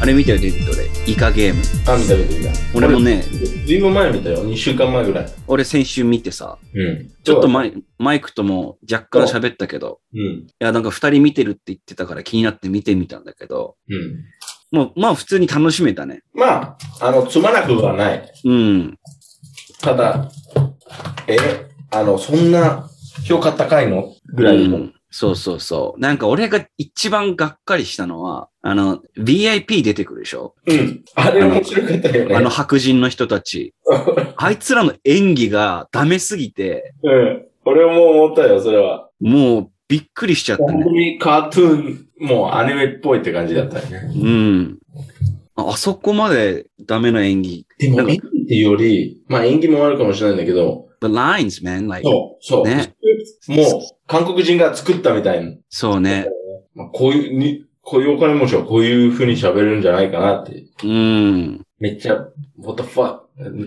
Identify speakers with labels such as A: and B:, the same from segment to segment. A: あれ見たよ、デビッド俺。イカゲーム。
B: あ、見た見た見た。
A: 俺もね、
B: ずいぶん前見たよ。2週間前ぐらい。
A: 俺先週見てさ、
B: うん。
A: ちょっとマイマイクとも若干喋ったけど、
B: うん。
A: いや、なんか二人見てるって言ってたから気になって見てみたんだけど、
B: うん。
A: もう、まあ普通に楽しめたね。
B: まあ、あの、つまなくはない。
A: うん。
B: ただ、え、あの、そんな評価高いのぐらいの。
A: うんそうそうそう。なんか俺が一番がっかりしたのは、あの、VIP 出てくるでしょ
B: うん。あれ面白かったよね。
A: あの白人の人たち。あいつらの演技がダメすぎて、
B: うん。俺も思ったよ、それは。
A: もうびっくりしちゃった
B: 本当
A: ね。
B: にカートゥーン、もうアニメっぽいって感じだったよね。
A: うん。ああそこまでダメな演技。
B: で
A: な
B: も、
A: んか
B: 演技っていうより、まあ演技もあるかもしれないんだけど、
A: The lines, man. Like,
B: そう、そう。
A: ね
B: もう、韓国人が作ったみたいな。
A: そうね。
B: まあ、こういう、に、こういうお金持ちはこういう風に喋るんじゃないかなって。
A: うん。
B: めっちゃ、what the fuck?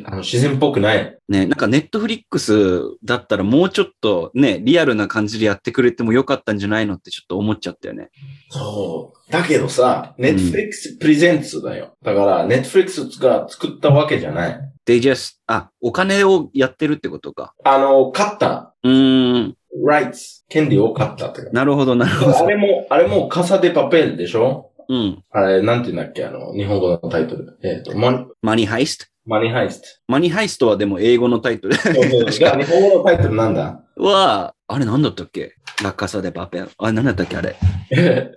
B: あの、自然っぽくない。
A: ね、なんかネットフリックスだったらもうちょっとね、リアルな感じでやってくれてもよかったんじゃないのってちょっと思っちゃったよね。
B: そう。だけどさ、Netflix Presents だよ。だから、Netflix が作ったわけじゃない。
A: They just, あ、お金をやってるってことか。
B: あの、買った。
A: うーん、
B: rights。権利を買ったってか。
A: なるほど、なるほ
B: あ
A: ど。
B: れも、あれも、カサデパペルでしょ
A: うん。
B: あれ、なんて言うんだっけあの、日本語のタイトル。えっ、と、マニ、
A: マニーハイスト
B: マニハ イスト。
A: マニーハイストはでも英語のタイトル
B: そうそうじゃあ日本語のタイトルなん だ
A: は、あれなんだったっけラッカサでパペン。あ、なんだったっけあれ。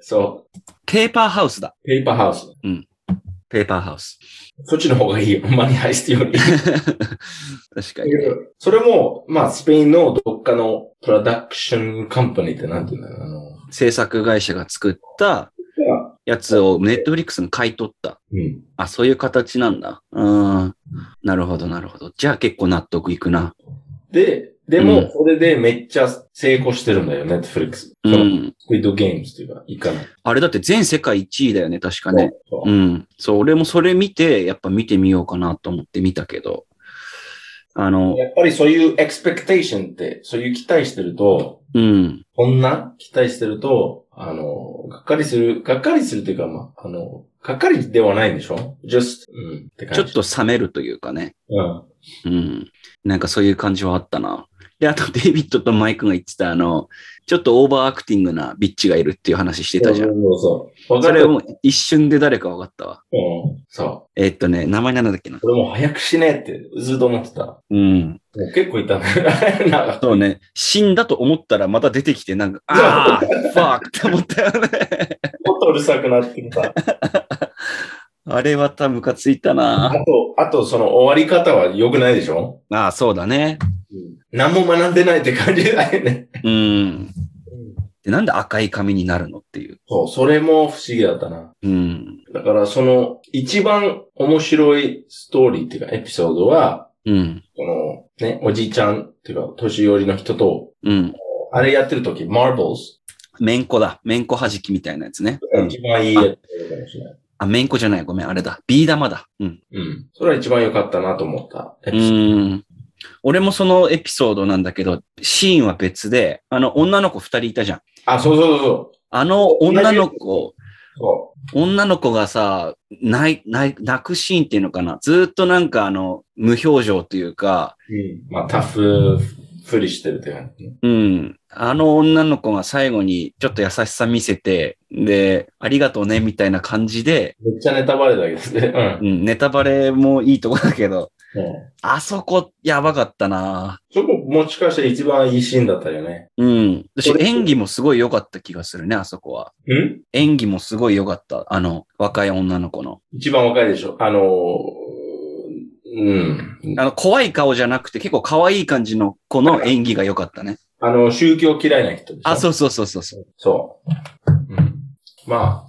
B: そ
A: ペーパーハウスだ。
B: う。ペーパーハウス。
A: ペーパーハウス。
B: そっちの方がいいよ。マニハイストより。
A: 確かにね。
B: それも、まあ、スペインのどっかのプロダクションカンパニーってなんていうんだろう。あの、
A: 制作会社が作ったやつをネットフリックスに買い取った。
B: うん。
A: あ、そういう形なんだ。うーん。なるほど、なるほど。じゃあ結構納得いくな。
B: で、で
A: う
B: も、
A: ん
B: それでめっちゃ成功してるんだよ、ネットフリックス。
A: う
B: その
A: ん。
B: スクイッドゲームズというか、いかない。
A: あれだって全世界1位だよね、確かね。
B: そう
A: う。
B: そうん
A: そう、俺もそれ見て、やっぱ見てみようかなと思って見たけど。あの、
B: やっぱりそういうエクスペクテーションって、そういう期待してると、
A: うん。
B: こんな期待してると、あの、がっかりする、がっかりするというか、まあ、あの、がっかりではないんでしょ ?just, うん、って
A: ちょ
B: 感
A: っ
B: じ。
A: と冷めるというかね。
B: うん。
A: うん。なんかそういう感じはあったな。で、あとデ イビッドとマイクが言ってた、あの、ちょっとオーバーアクティングなビッチがいるっていう話してたじゃん。
B: そうそうそう。わか
A: それ
B: る。
A: をもう一瞬で誰か分かったわ。
B: うんそう。
A: えっとね、名前なんだっけな。
B: 俺もう早く死ねってずっと思ってた。も
A: うん。
B: う結構いたね。 なんか
A: そうね、死んだと思ったらまた出てきて、なんか、ああ、ファークって思ったよね。
B: もっとうるさくなってきた。
A: あれはたムカついた
B: あ
A: な。
B: と、あとその終わり方は良くないでしょ、
A: ああ、そうだね。
B: 何も学んでないって感じだよね。
A: うん。で、なんで赤い髪になるのっていう。
B: そう、それも不思議だったな。
A: うん。
B: だからその一番面白いストーリーっていうかエピソードは、
A: うん。
B: このね、おじいちゃんっていうか年寄りの人と、
A: うん。
B: あれやってる時、マーブルズ。
A: めんこだ。めんこはじきみたいなやつね。うん。
B: 一番いいやつかもしれない。
A: あ、めんこじゃない。ごめん、あれだ。ビー玉だ。うん。
B: うん。それは一番良かったなと思ったエ
A: う
B: ピソード。
A: ん。俺もそのエピソードなんだけど、シーンは別で、あの、女の子二人いたじゃん。
B: あ、そうそうそうそう。
A: あの女の子、
B: そう
A: 女の子がさ、泣い、泣い泣くシーンっていうのかなずーっとなんかあの、無表情というか、
B: うんまあ、タフ、ふりしてるって感じね。
A: うん。あの女の子が最後にちょっと優しさ見せて、で、ありがとうね、みたいな感じで、
B: めっちゃネタバレだけどね。
A: うん、ネタバレもいいとこだけど、
B: うん。うん
A: あそこやばかったな
B: そこ、もしかして一番いいシーンだったよね。
A: うん。私
B: これ
A: 演技もすごい良かった気がするね、あそこは。
B: うん
A: 演技もすごい良かった。あの、若い女の子の。
B: 一番若いでしょ。あのー、うん。
A: あの、怖い顔じゃなくて結構可愛い感じの子の演技が良かったね。
B: あの、宗教嫌いな人でしょ。。
A: あ、そううそうそうそうそう。
B: そう。うん。まあ、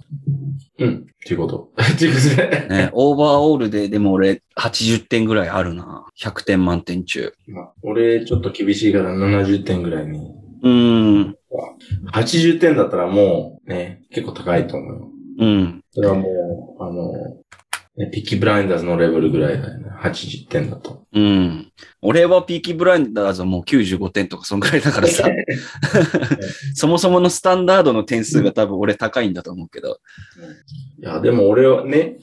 B: うん。っていうこと。っていうことで
A: ね、オーバーオールで、でも俺、80点ぐらいあるな。100点満点中。
B: まあ俺、ちょっと厳しいから70点ぐらいに。
A: うーん。
B: 80点だったらもう、ね、結構高いと思うよ。
A: うん。
B: それはもう、あの、ねピッキーブラインダーズのレベルぐらいだよね。80点だと。
A: うん。俺はピーキーブラインダーズはもう95点とかそんくらいだからさ。 そもそものスタンダードの点数が多分俺高いんだと思うけど。
B: いや、でも俺はね、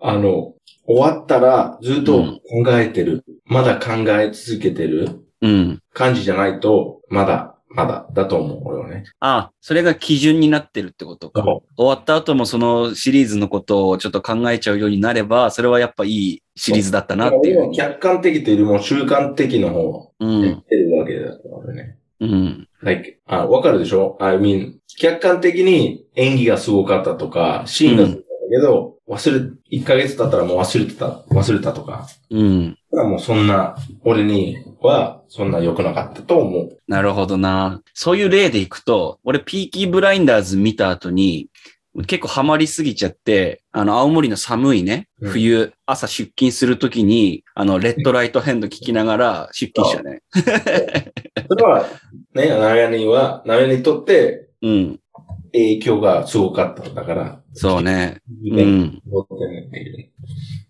B: あの、終わったらずっと考えてる。まだ考え続けてる
A: うん。
B: 感じじゃないと、まだ、まだ、だと思う、俺はね。
A: ああ、それが基準になってるってことか。終わった後もそのシリーズのことをちょっと考えちゃうようになれば、それはやっぱいいシリーズだったなっていう
B: 俺は。客観的というよりも習慣的の方を
A: う
B: やっ
A: ん。
B: てるわけだからね。
A: うん。
B: like, あ、わかるでしょ ?I mean, 客観的に演技がすごかったとか、シーンがすごかったけど、忘れ、1ヶ月経ったらもう忘れてた、忘れたとか。
A: うん。
B: だからもうそんな、俺には、そんな良くなかったと思う。
A: なるほどな。そういう例でいくと、俺ピーキーブラインダーズ見た後に、結構ハマりすぎちゃって、あの、青森の寒いね、
B: うん
A: 冬、朝出勤するときに、あの、レッドライトヘンド聞きながら出勤したね。
B: それは、ね、ナヤには、ナヤにとって
A: うん。
B: 影響がすごかったんだから、
A: そうね。う
B: ね、
A: ん。
B: 持ってねっていう。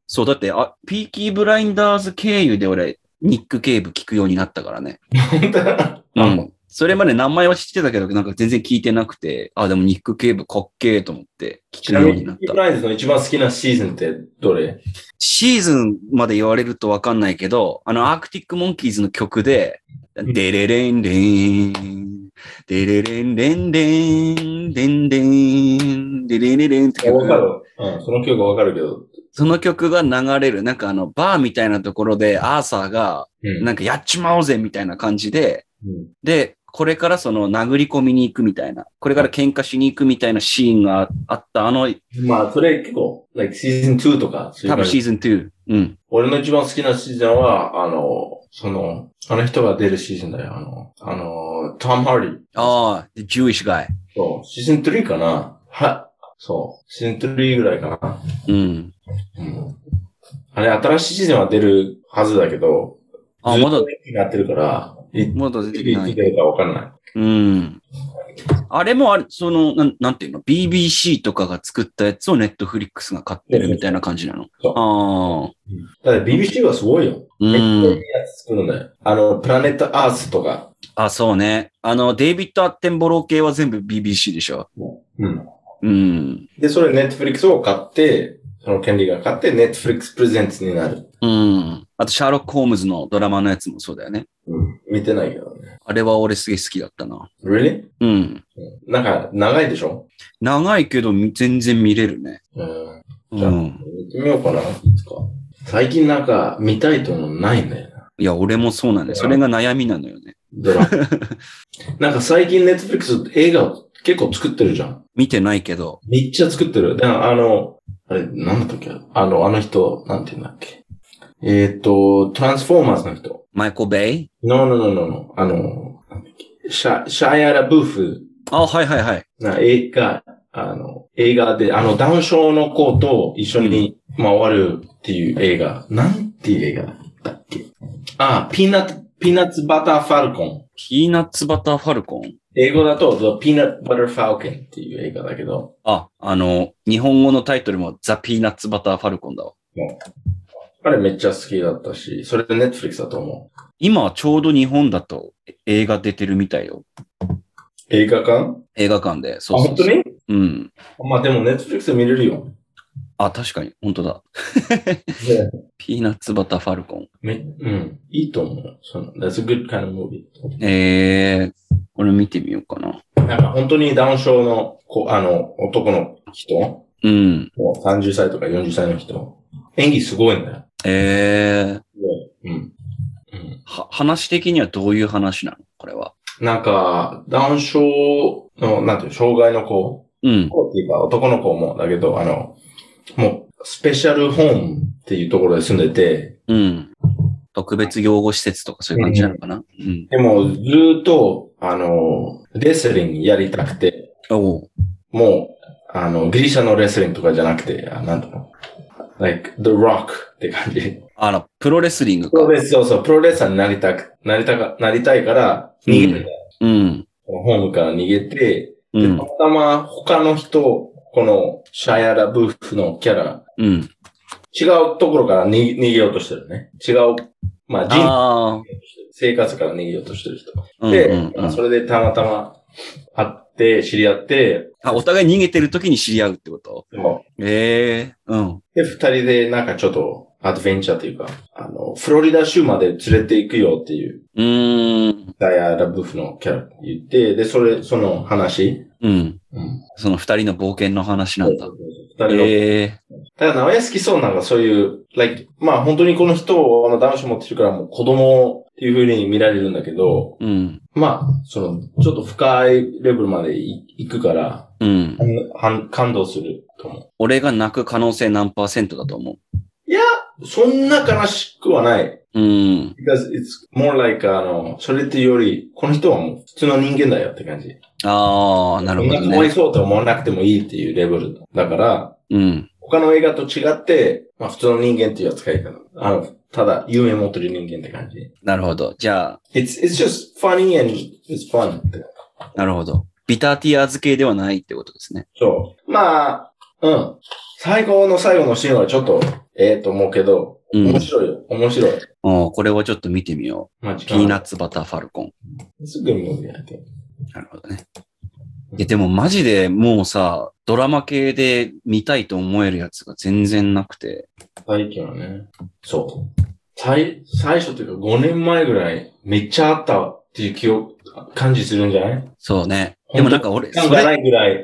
A: そう、だって、あ、ピーキーブラインダーズ経由で俺、ニック・ケイブ聞くようになったからね。
B: 本当だ。
A: う
B: あ
A: ん。それまで名前は知ってたけど、なんか全然聞いてなくて、あ、でもニック・ケイブかっけーと思って聞
B: ち
A: く
B: な
A: よ
B: み
A: うに
B: に、
A: なっ
B: ピ
A: た
B: プ。ライズの一番好きなシーズンってどれ
A: シーズンまで言われるとわかんないけど、あの、アークティック・モンキーズの曲で、
B: うん
A: デレレンレン、デレレンレンレン、デンデン、デレレレンって曲
B: わかる。うん、その曲わかるけど。
A: その曲が流れる、なんかあの、バーみたいなところで、アーサーが、
B: うん。
A: なんかやっちまおうぜみたいな感じで、
B: うん
A: で、これからその殴り込みに行くみたいな、これから喧嘩しに行くみたいなシーンがあった、あの、
B: まあ、それ結構、like シーズン2とか、そういう
A: 多
B: 感
A: 分
B: じ
A: シーズン2。うん。
B: 俺の一番好きなシーズンは、あの、その、あの人が出るシーズンだよ。あの、あの、トム・ハーディ。
A: ああ、The Jewish guy。
B: そう、シーズン3かなは、そう、シーズン3ぐらいかな。
A: うん。
B: うん。あれ、新しいシーズンは出るはずだけど、
A: あ、
B: ずっ
A: まだ
B: と、延期になってるから、い
A: まだ出てき
B: い
A: な
B: つ
A: い。
B: 出るかわかんない。
A: うん。あれもあれ、その、なんなんていうの ?BBC とかが作ったやつを Netflix が買ってるみたいな感じなの
B: そう
A: ああ。
B: だって BBC はすごいよ。
A: う
B: めっちゃいい
A: ん。
B: やつ作るんだよ。あの、プラネット・アースとか。
A: あ、そうね。あの、デイビッド・アッテンボロー系は全部 BBC でしょ
B: うん。
A: うん。
B: で、それネットフリックスを買って、その権利が買って、ネットフリックスプレゼンツになる。
A: うん。あと、シャーロック・ホームズのドラマのやつもそうだよね。
B: うん。見てないけどね。
A: あれは俺すげえ好きだったな。
B: Really?
A: うん。
B: なんか、長いでしょ
A: 長いけど、み全然見れるね。
B: うん。じ
A: う
B: ゃあ
A: ん。
B: 見てみようかな、いつか。最近なんか、見たいとのないんだよな。
A: いや、俺もそうなんだよ。それが悩みなのよね。
B: ドラマ。なんか最近ネットフリックス映画を結構作ってるじゃん。
A: 見てないけど。
B: めっちゃ作ってる。で、あの、あれ、なんだったっけあの、あの人、なんて言うんだっけえーっ、と、トランスフォーマーズの人。
A: マイコ・ベイ
B: No, no, no, no, no. あの、なんだっけシャ、シャイアラ・ブーフ
A: あ、はいはいはい。
B: な映画、あの、映画で、あの、ダウン症の子と一緒に回るっていう映画。なんていう映画だっけあ、ピーナッツ、ピーナッツバターファルコン。
A: ピーナッツバターファルコン。
B: 英語だと、The Peanut Butter Falcon っていう映画だけど、
A: あ、あの、日本語のタイトルもザ・ピーナッツバターファルコンだわ。
B: あれめっちゃ好きだったし、それで Netflix だと思う。
A: 今ちょうど日本だとえ映画出てるみたいよ。
B: 映画館
A: 映画館で。
B: あ、
A: そうそ
B: 本
A: うそ
B: 当
A: う
B: に
A: うん。
B: まあでも Netflix で見れるよ。
A: あ、確かに。本当だ。ピーナッツバターファルコン。
B: めうん。いいと思う。その That's a good kind of movie.
A: えー、これ見てみようかな。
B: なんか本当にダウン症の子、あの、男の人
A: うん。
B: もう30歳とか40歳の人。演技すごいんだよ。
A: えー、
B: うん。うん。
A: は話的にはどういう話なのこれは。
B: なんか、ダウン症の、なんていう、障害の子、
A: うん。
B: 子っていうか男の子もだけど、あの、もう、スペシャルホームっていうところで住んでて、
A: うん。特別養護施設とかそういう感じなのかなうん。
B: でもずーっと、あの、レスリングやりたくて、
A: おう。
B: もう、あの、ギリシャのレスリングとかじゃなくて、あなんとか、like, the rock って感じ。
A: あら、プロレスリング
B: プ
A: か
B: ロ。レス、そうそう、プロレスラーになりたく、なりたか、なりたいから、逃げるんだよ
A: うん。
B: ホームから逃げて、
A: う
B: た
A: ん
B: ま。たま他の人、このシャイアラ・ブーフのキャラ
A: うん。
B: 違うところから逃げ逃げようとしてるね。違う、まあ人生
A: あ
B: 生活から逃げようとしてる人。
A: あ。
B: で、
A: うんうんうん
B: まあそれでたまたま会って、知り合って、
A: あ、お互い逃げてる時に知り合うってことええうん。
B: で、二人でなんかちょっとアドベンチャーというか、あの、フロリダ州まで連れて行くよっていう、
A: うーん。
B: ダイアラブフのキャラ言って、で、それ、その話。
A: うん。
B: うん。
A: その二人の冒険の話なんだ。
B: 二人の
A: ええ
B: ただ、名前好きそうなんかそういう、like、まあ本当にこの人は男子持ってるからもう子供っていう風に見られるんだけど、
A: うん。
B: まあ、その、ちょっと深いレベルまでい行くから、
A: うん。
B: はん感動すると思
A: 俺が泣く可能性何パーセントだと思
B: う。そんな悲しくはない。
A: う。うん。
B: because it's more like, あの、それっていうより、この人はもう普通の人間だよって感じ。
A: ああ、なるほど
B: そんなかわい
A: ね。
B: そうと思わなくてもいいっていうレベルだから、
A: うん。
B: 他の映画と違って、まあ普通の人間っていう扱い方。あの、ただ、夢持ってる人間って感じ。
A: なるほど。じゃ
B: It's, it's just funny and it's fun.
A: あ、なるほど。ビターティアーズ系ではないってことですね。
B: そう。まあ、うん。最後の最後のシーンはちょっと、ええと思うけど、
A: うん。
B: 面白いよ。面白い。
A: おーこれはちょっと見てみよ
B: マジ
A: う。ピーナッツバターファルコン。
B: It's a good movie, I think.
A: なるほどね。いや、でもマジでもうさ、ドラマ系で見たいと思えるやつが全然なくて。
B: 最近はね。そう。最、最初というか5年前ぐらい、めっちゃあったっていう記憶、感じするんじゃない
A: そうね。でもなんか俺、
B: 時間
A: そ
B: が
A: れ、
B: ないぐらい、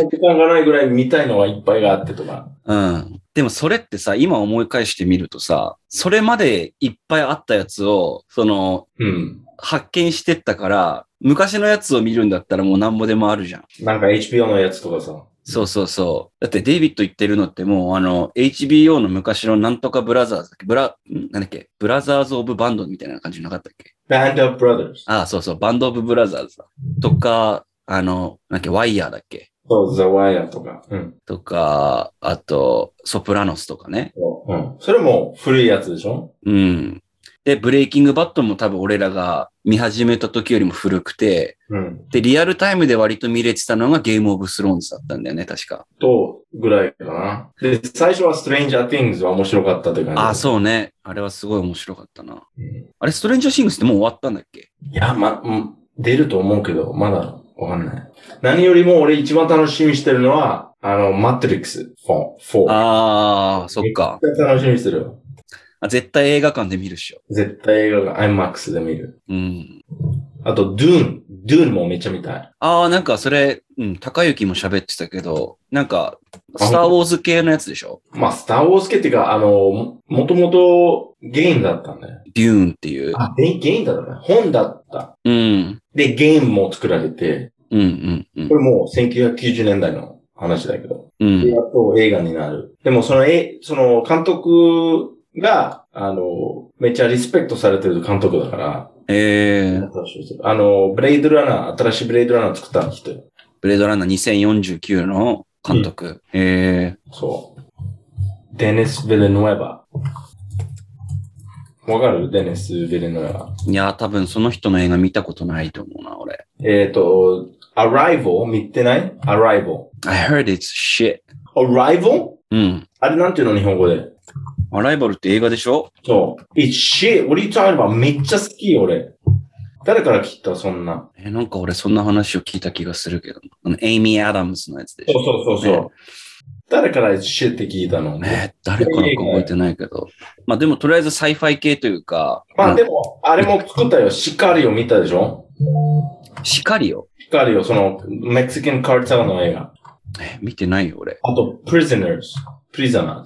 B: もう時間がないぐらい見たいのがいっぱいがあってとか。
A: うん。でもそれってさ、今思い返してみるとさ、それまでいっぱいあったやつを、その、
B: うん。
A: 発見してったから、昔のやつを見るんだったらもうなんぼでもあるじゃん。
B: なんか HBO のやつとかさ。
A: そうそうそう。だってデイビッド言ってるのってもうあの HBO の昔のなんとかブラザーズだっけブラ、んなんだっけブラザーズ・オブ・バンドみたいな感じなかったっけ
B: Band of Brothers。
A: ああ、そうそう、バンド・オブ・ブラザーズだ。とか、あの、なんだっけワイヤーだっけ
B: そう、The Wire とか。うん。
A: とか、あと、ソプラノスとかね。
B: うん。それも古いやつでしょ
A: うん。で、ブレイキング・バットも多分俺らが見始めた時よりも古くて、
B: うん。
A: で、リアルタイムで割と見れてたのがゲーム・オブ・スローンズだったんだよね、確か。
B: と、ぐらいかな。で、最初は Stranger Things は面白かったという感じ。
A: ああ、そうね。あれはすごい面白かったな。
B: うん。い
A: あれ、ストレンジャー・シングスってもう終わったんだっけ
B: や、ま、うん出ると思うけど、まだわかんない。何よりも俺一番楽しみにしてるのは、あの、マトリックス4。4。
A: ああ、そっか。
B: 絶対楽しみにしてるよ。
A: あ絶対映画館で見るっしょ。
B: 絶対映画が IMAX で見る。
A: うん。
B: あと、ドゥーン。ドゥーンもめっちゃ見たい。
A: ああ、なんかそれ、うん、高雪も喋ってたけど、なんか、スター・ウォーズ系のやつでしょ
B: まあ、スターウォーズ系っていうか、あの、ももともとゲームだったんだよ。
A: デューンっていう。
B: あ、ゲゲームだったね。本だった。
A: うん。
B: で、ゲームも作られて、
A: うん、うん、うん
B: こ。れもう1990年代の話だけど、
A: う
B: で
A: ん。
B: やっと映画になる。でも、その、え、その、監督が、あの、めっちゃリスペクトされてる監督だから、
A: えー、
B: あの、ブレイドランナー、新しいブレイドランナー作った人よ。
A: ブレードランナー2049の監督。え
B: そう。デネス・ヴィレノエバ。わかるデネス・ヴィレノエバ。
A: ー、いやー、多分その人の映画見たことないと思うな、俺。
B: えっ、ー、と、アライ l 見てない ?Arrival。
A: I heard it's shit.
B: Arrival?
A: うん。
B: あれなんていうの日本語で。
A: アライバルって映画でしょ
B: そう。It's shit. What are you talking about? めっちゃ好き、俺。誰から聞いたそんな。
A: え、なんか俺そんな話を聞いた気がするけど、あの、エイミー・アダムスのやつでし
B: そう
A: ょ
B: そうそうそう。
A: ね
B: 誰から It's shit って聞いたの、
A: えー誰からか覚えてないけど。まあでもとりあえずサイファイ系というか、
B: まあ
A: で
B: でも、あれも作ったよ。シカリオ見たでしょ
A: シカリオ
B: シカリオ、その、メキシカンカルテルの映画。
A: え、見てないよ俺。
B: あと、Prisoners。Prisoners。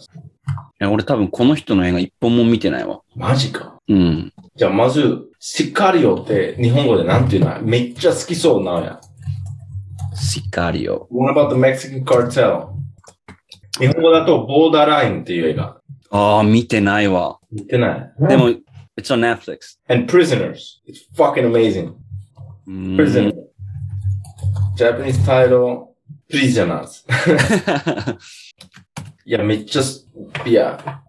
A: え俺多分この人の映画一本も見てないわ。
B: マジか。
A: うん。
B: じゃあまず、シカリオって日本語でなんていうのめっちゃ好きそうなのや。
A: シカリオ。
B: What about the Mexican Cartel? 日本語だとボーダーラインっていう映画。
A: ああ、見てないわ。
B: 見てない。
A: でも、It's on Netflix.
B: And Prisoners. It's fucking amazing.
A: うーん
B: Prisoners. Japanese title, Prisoners. いや、めっちゃす、いや、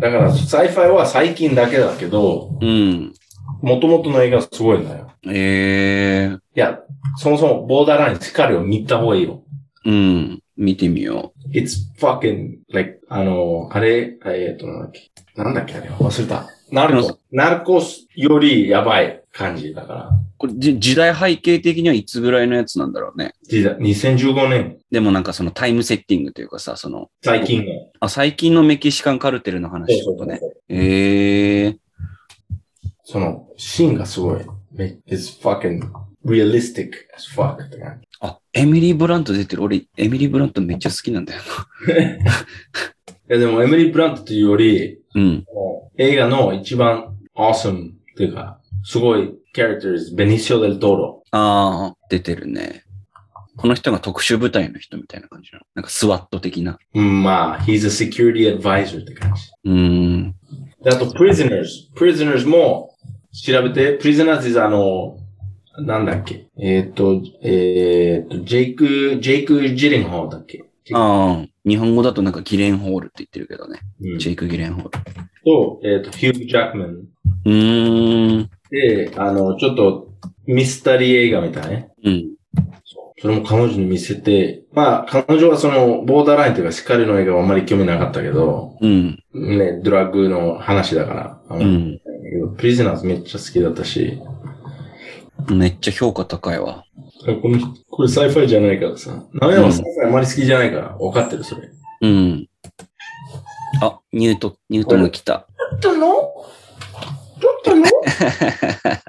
B: だから、サイファイは最近だけだけど、
A: うん。
B: 元々の映画すごいんだよ。
A: ええ
B: いや、そもそもボーダーライン、シカリオ見た方がいいよ。
A: うん。見てみよ
B: It's fucking, like, あの、あれ、えっと、なんだっけ。なんだっけ、あれ、忘れた。ナルコ。ナルコスよりやばい感じだから。
A: う。これじ時代背景的にはいつぐらいのやつなんだろうね。
B: 時代2015年、
A: でもなんかそのタイムセッティングというかさ、その、
B: 最近の。
A: あ、最近のメキシカンカルテルの話ってことね。ええー、
B: その、シーンがすごい。め It's fucking realistic as fuck って感じ。
A: あ、エミリー・ブラント出てる。俺、エミリー・ブラントめっちゃ好きなんだよ
B: いやでも、エミリー・ブラントというより、
A: な。うん。
B: 映画の一番 awesome というか、すごいキャラクター is ベニシオ・デル・トロ。
A: ああ、出てるね。この人が特殊部隊の人みたいな感じなの。なんかスワット的な。
B: うん、まあ、he's a security advisor って感じ。
A: うーん。
B: で、あと、prisoners。prisoners も調べて、prisoners is あの、なんだっけ。えーっ、と、えーっ、と、ジェイク、ジェイク・ジレンホーだっけ。
A: ああ、日本語だとなんかギレンホールって言ってるけどね。
B: うん、
A: ジェイク・ギレンホール。
B: と、えーっ、と、ヒュー・ジャックマン。
A: うーん。
B: で、あの、ちょっと、ミステリー映画みたいなね。
A: うん。
B: それも彼女に見せて、まあ、彼女はその、ボーダーラインというか、しっかりの映画はあんまり興味なかったけど、
A: うん。
B: ね、ドラッグの話だから、あ
A: う
B: の
A: ん。
B: プリズナーズめっちゃ好きだったし、
A: めっちゃ評価高いわ。
B: この人これサイファイじゃないからさ、名前はサイファイあんまり好きじゃないから、分かってる、それ。
A: うん。あ、ニュート、ニュートンが来た。
B: 撮ったの撮ったの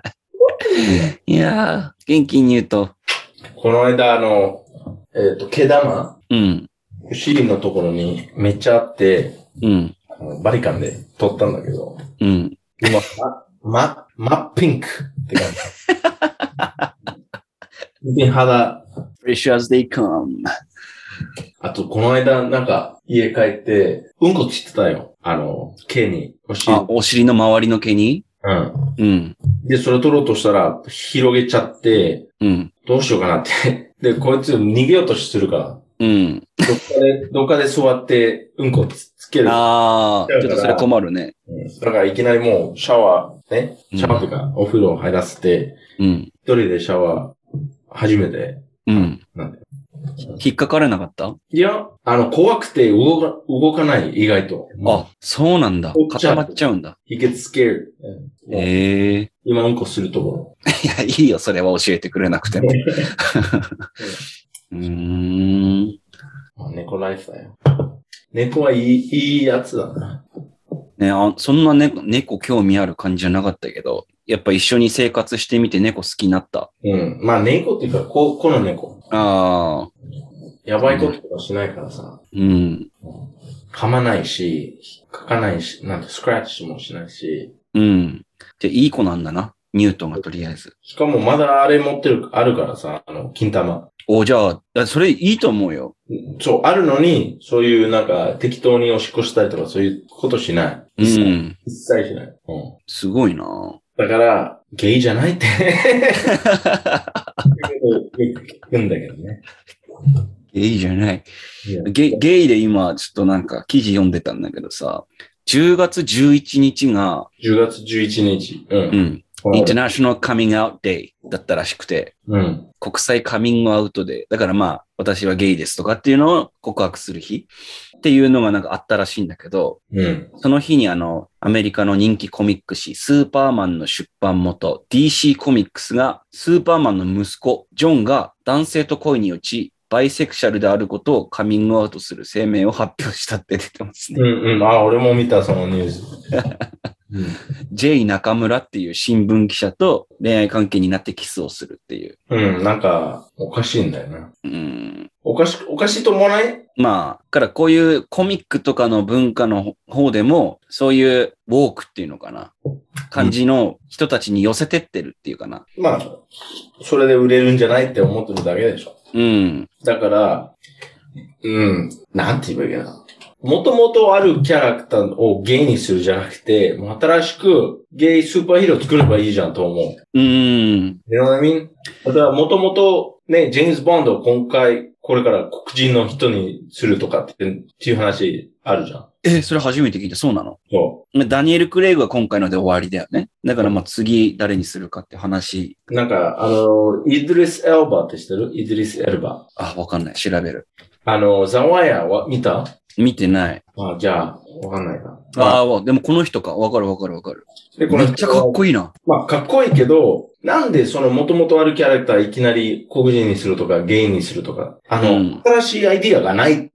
A: いやー、元気ニュート。
B: この間、あの、えっ、と、毛玉、
A: うん。
B: お尻のところにめっちゃあって、
A: うん。
B: あのバリカンで撮ったんだけど、
A: うん。
B: 今、ま、ま、ま、ピンクって感じ。全然肌。
A: Fresh as they come.
B: あと、この間、なんか、家帰って、うんこ散ってたよ。あの、毛に。お尻
A: あ、お尻の周りの毛に
B: うん。
A: うん。
B: で、それ取ろうとしたら、広げちゃって、
A: うん。
B: どうしようかなって。 で、こいつ逃げようとするから。
A: うん。
B: どっか で、どっかで座って、うんこつつける。
A: ああ、ちょっとそれ困るね。
B: うんだから、いきなりもう、シャワー、ね。シャワーとか、お風呂入らせて、
A: うん。
B: 一人でシャワー、初めて。
A: うん
B: なんだ。
A: 引っかからなかった
B: いや、あの、怖くて動か、動かない、意外と。
A: あ、そうなんだ
B: お。っちゃ
A: 固
B: う
A: まっちゃうんだ。
B: he gets scared. うんもう
A: ええ
B: 今、うんこするとこ
A: いや、いいよ、それは教えてくれなくても。 うーん。
B: ろ。あ猫ライフだよ。猫はいい、いいやつだな。
A: ね、あそんな、ね、猫興味ある感じじゃなかったけど、やっぱ一緒に生活してみて猫好きになった。
B: うん。まあ、猫っていうか、こ、この猫。
A: ああ、
B: やばいこととかしないからさ。
A: うん、
B: 噛まないし、引っかかないし、なんて、スクラッチもしないし。
A: うん。じゃあいい子なんだな。ニュートンがとりあえず。
B: しかも、まだあれ持ってる、あるからさ、あの、金玉。
A: お、じゃあ、あそれいいと思うよ。
B: そう、あるのに、そういうなんか、適当におしっこしたりとか、そういうことしな
A: う
B: い。一切
A: ん。
B: 一切しない。うん。
A: すごいな。
B: だから、ゲイじゃないって。よく聞くんだけどね。
A: ゲイじゃない。
B: いや
A: ゲゲイで今、ちょっとなんか記事読んでたんだけどさ、10月11日が、
B: 10月11日。う。
A: うんん、インターナショナルカミングアウトデイだったらしくて、
B: うん。
A: 国際カミングアウトで、だからまあ、私はゲイですとかっていうのを告白する日っていうのがなんかあったらしいんだけど、
B: うん。
A: その日にあの、アメリカの人気コミック誌、スーパーマンの出版元、DC コミックスが、スーパーマンの息子、ジョンが男性と恋に落ち、バイセクシャルであることをカミングアウトする声明を発表したって出てます
B: う
A: ね。
B: んうん。あ、俺も見た、そのニュース。
A: J 中村っていう新聞記者と恋愛関係になってキスをするっていう。
B: うん。うん、なんか、おかしいんだよな。
A: うん
B: おかしく、おかしいと思わない
A: まあ、だからこういうコミックとかの文化の方でも、そういうウォークっていうのかな、感じの人たちに寄せてってるっていうかな。
B: まあ、それで売れるんじゃないって思ってるだけでしょ。
A: うん。
B: だから、うん。なんて言えばいいかな。もともとあるキャラクターをゲイにするじゃなくて、もう新しくゲイスーパーヒーロー作ればいいじゃんと思う。
A: うん。
B: You know what I mean? だから、もともと、ね、ジェームズ・ボンドを今回、これから黒人の人にするとかって、っていう話あるじゃん。
A: え、それ初めて聞いた。そうなの
B: そ
A: まあダニエル・クレイグは今回ので終わりだよね。だからまあ次誰にするかって話。
B: う。なんか、あの、イドリス・エルバって知ってるイドリス・エルバ。
A: あ、わかんない。調べる。
B: あの、ザワヤは見た
A: 見てない。
B: あ、じゃあ、わかんないな。
A: ああ、わでもこの人か。わかるわかるわかる。
B: で、こ
A: め
B: の
A: っちゃかっこいいな。
B: まあ、かっこいいけど、なんでその元々あるキャラクターいきなり黒人にするとか、ゲイにするとか、あの、
A: うん
B: 新しいアイディアがないっ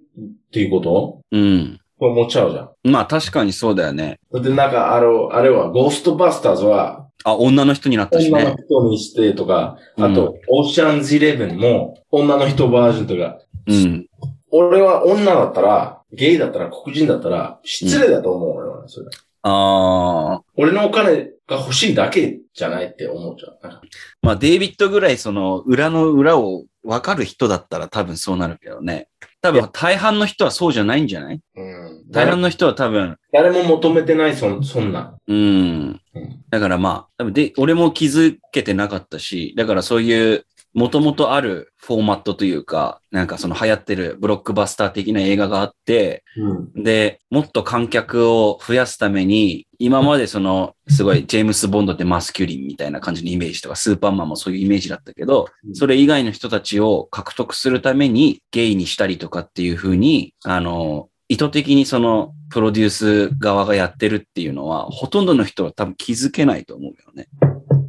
B: ていうこと
A: うん。
B: これ思っちゃうじゃん。
A: まあ確かにそうだよね。
B: だってなんか、あの、あれは、ゴーストバスターズは、
A: あ、女の人になったし
B: 女の
A: ね。
B: 人にしてとか、
A: うん
B: あと、オーシャンズイレブンも、女の人バージョンとか、
A: うん。
B: 俺は女だったら、ゲイだったら、黒人だったら、失礼だと思う、俺は、それ。
A: ああ。
B: 俺のお金が欲しいだけじゃないって思っちゃう。なんか
A: まあデイビッドぐらいその裏の裏をわかる人だったら多分そうなるけどね。多分大半の人はそうじゃないんじゃない
B: うん、
A: 大
B: 誰
A: 半の人は多分、
B: 誰も求めてない、そんそんな。
A: うん
B: うん。
A: だからまあ、多分で、俺も気づけてなかったし、だからそういう、もともとあるフォーマットというか、なんかその流行ってるブロックバスター的な映画があって、
B: うん。
A: で、もっと観客を増やすために、今までその、すごい、ジェームス・ボンドってマスキュリンみたいな感じのイメージとか、スーパーマンもそういうイメージだったけど、それ以外の人たちを獲得するために、ゲイにしたりとかっていうふうに、あの、意図的にその、プロデュース側がやってるっていうのは、ほとんどの人は多分気づけないと思うよね。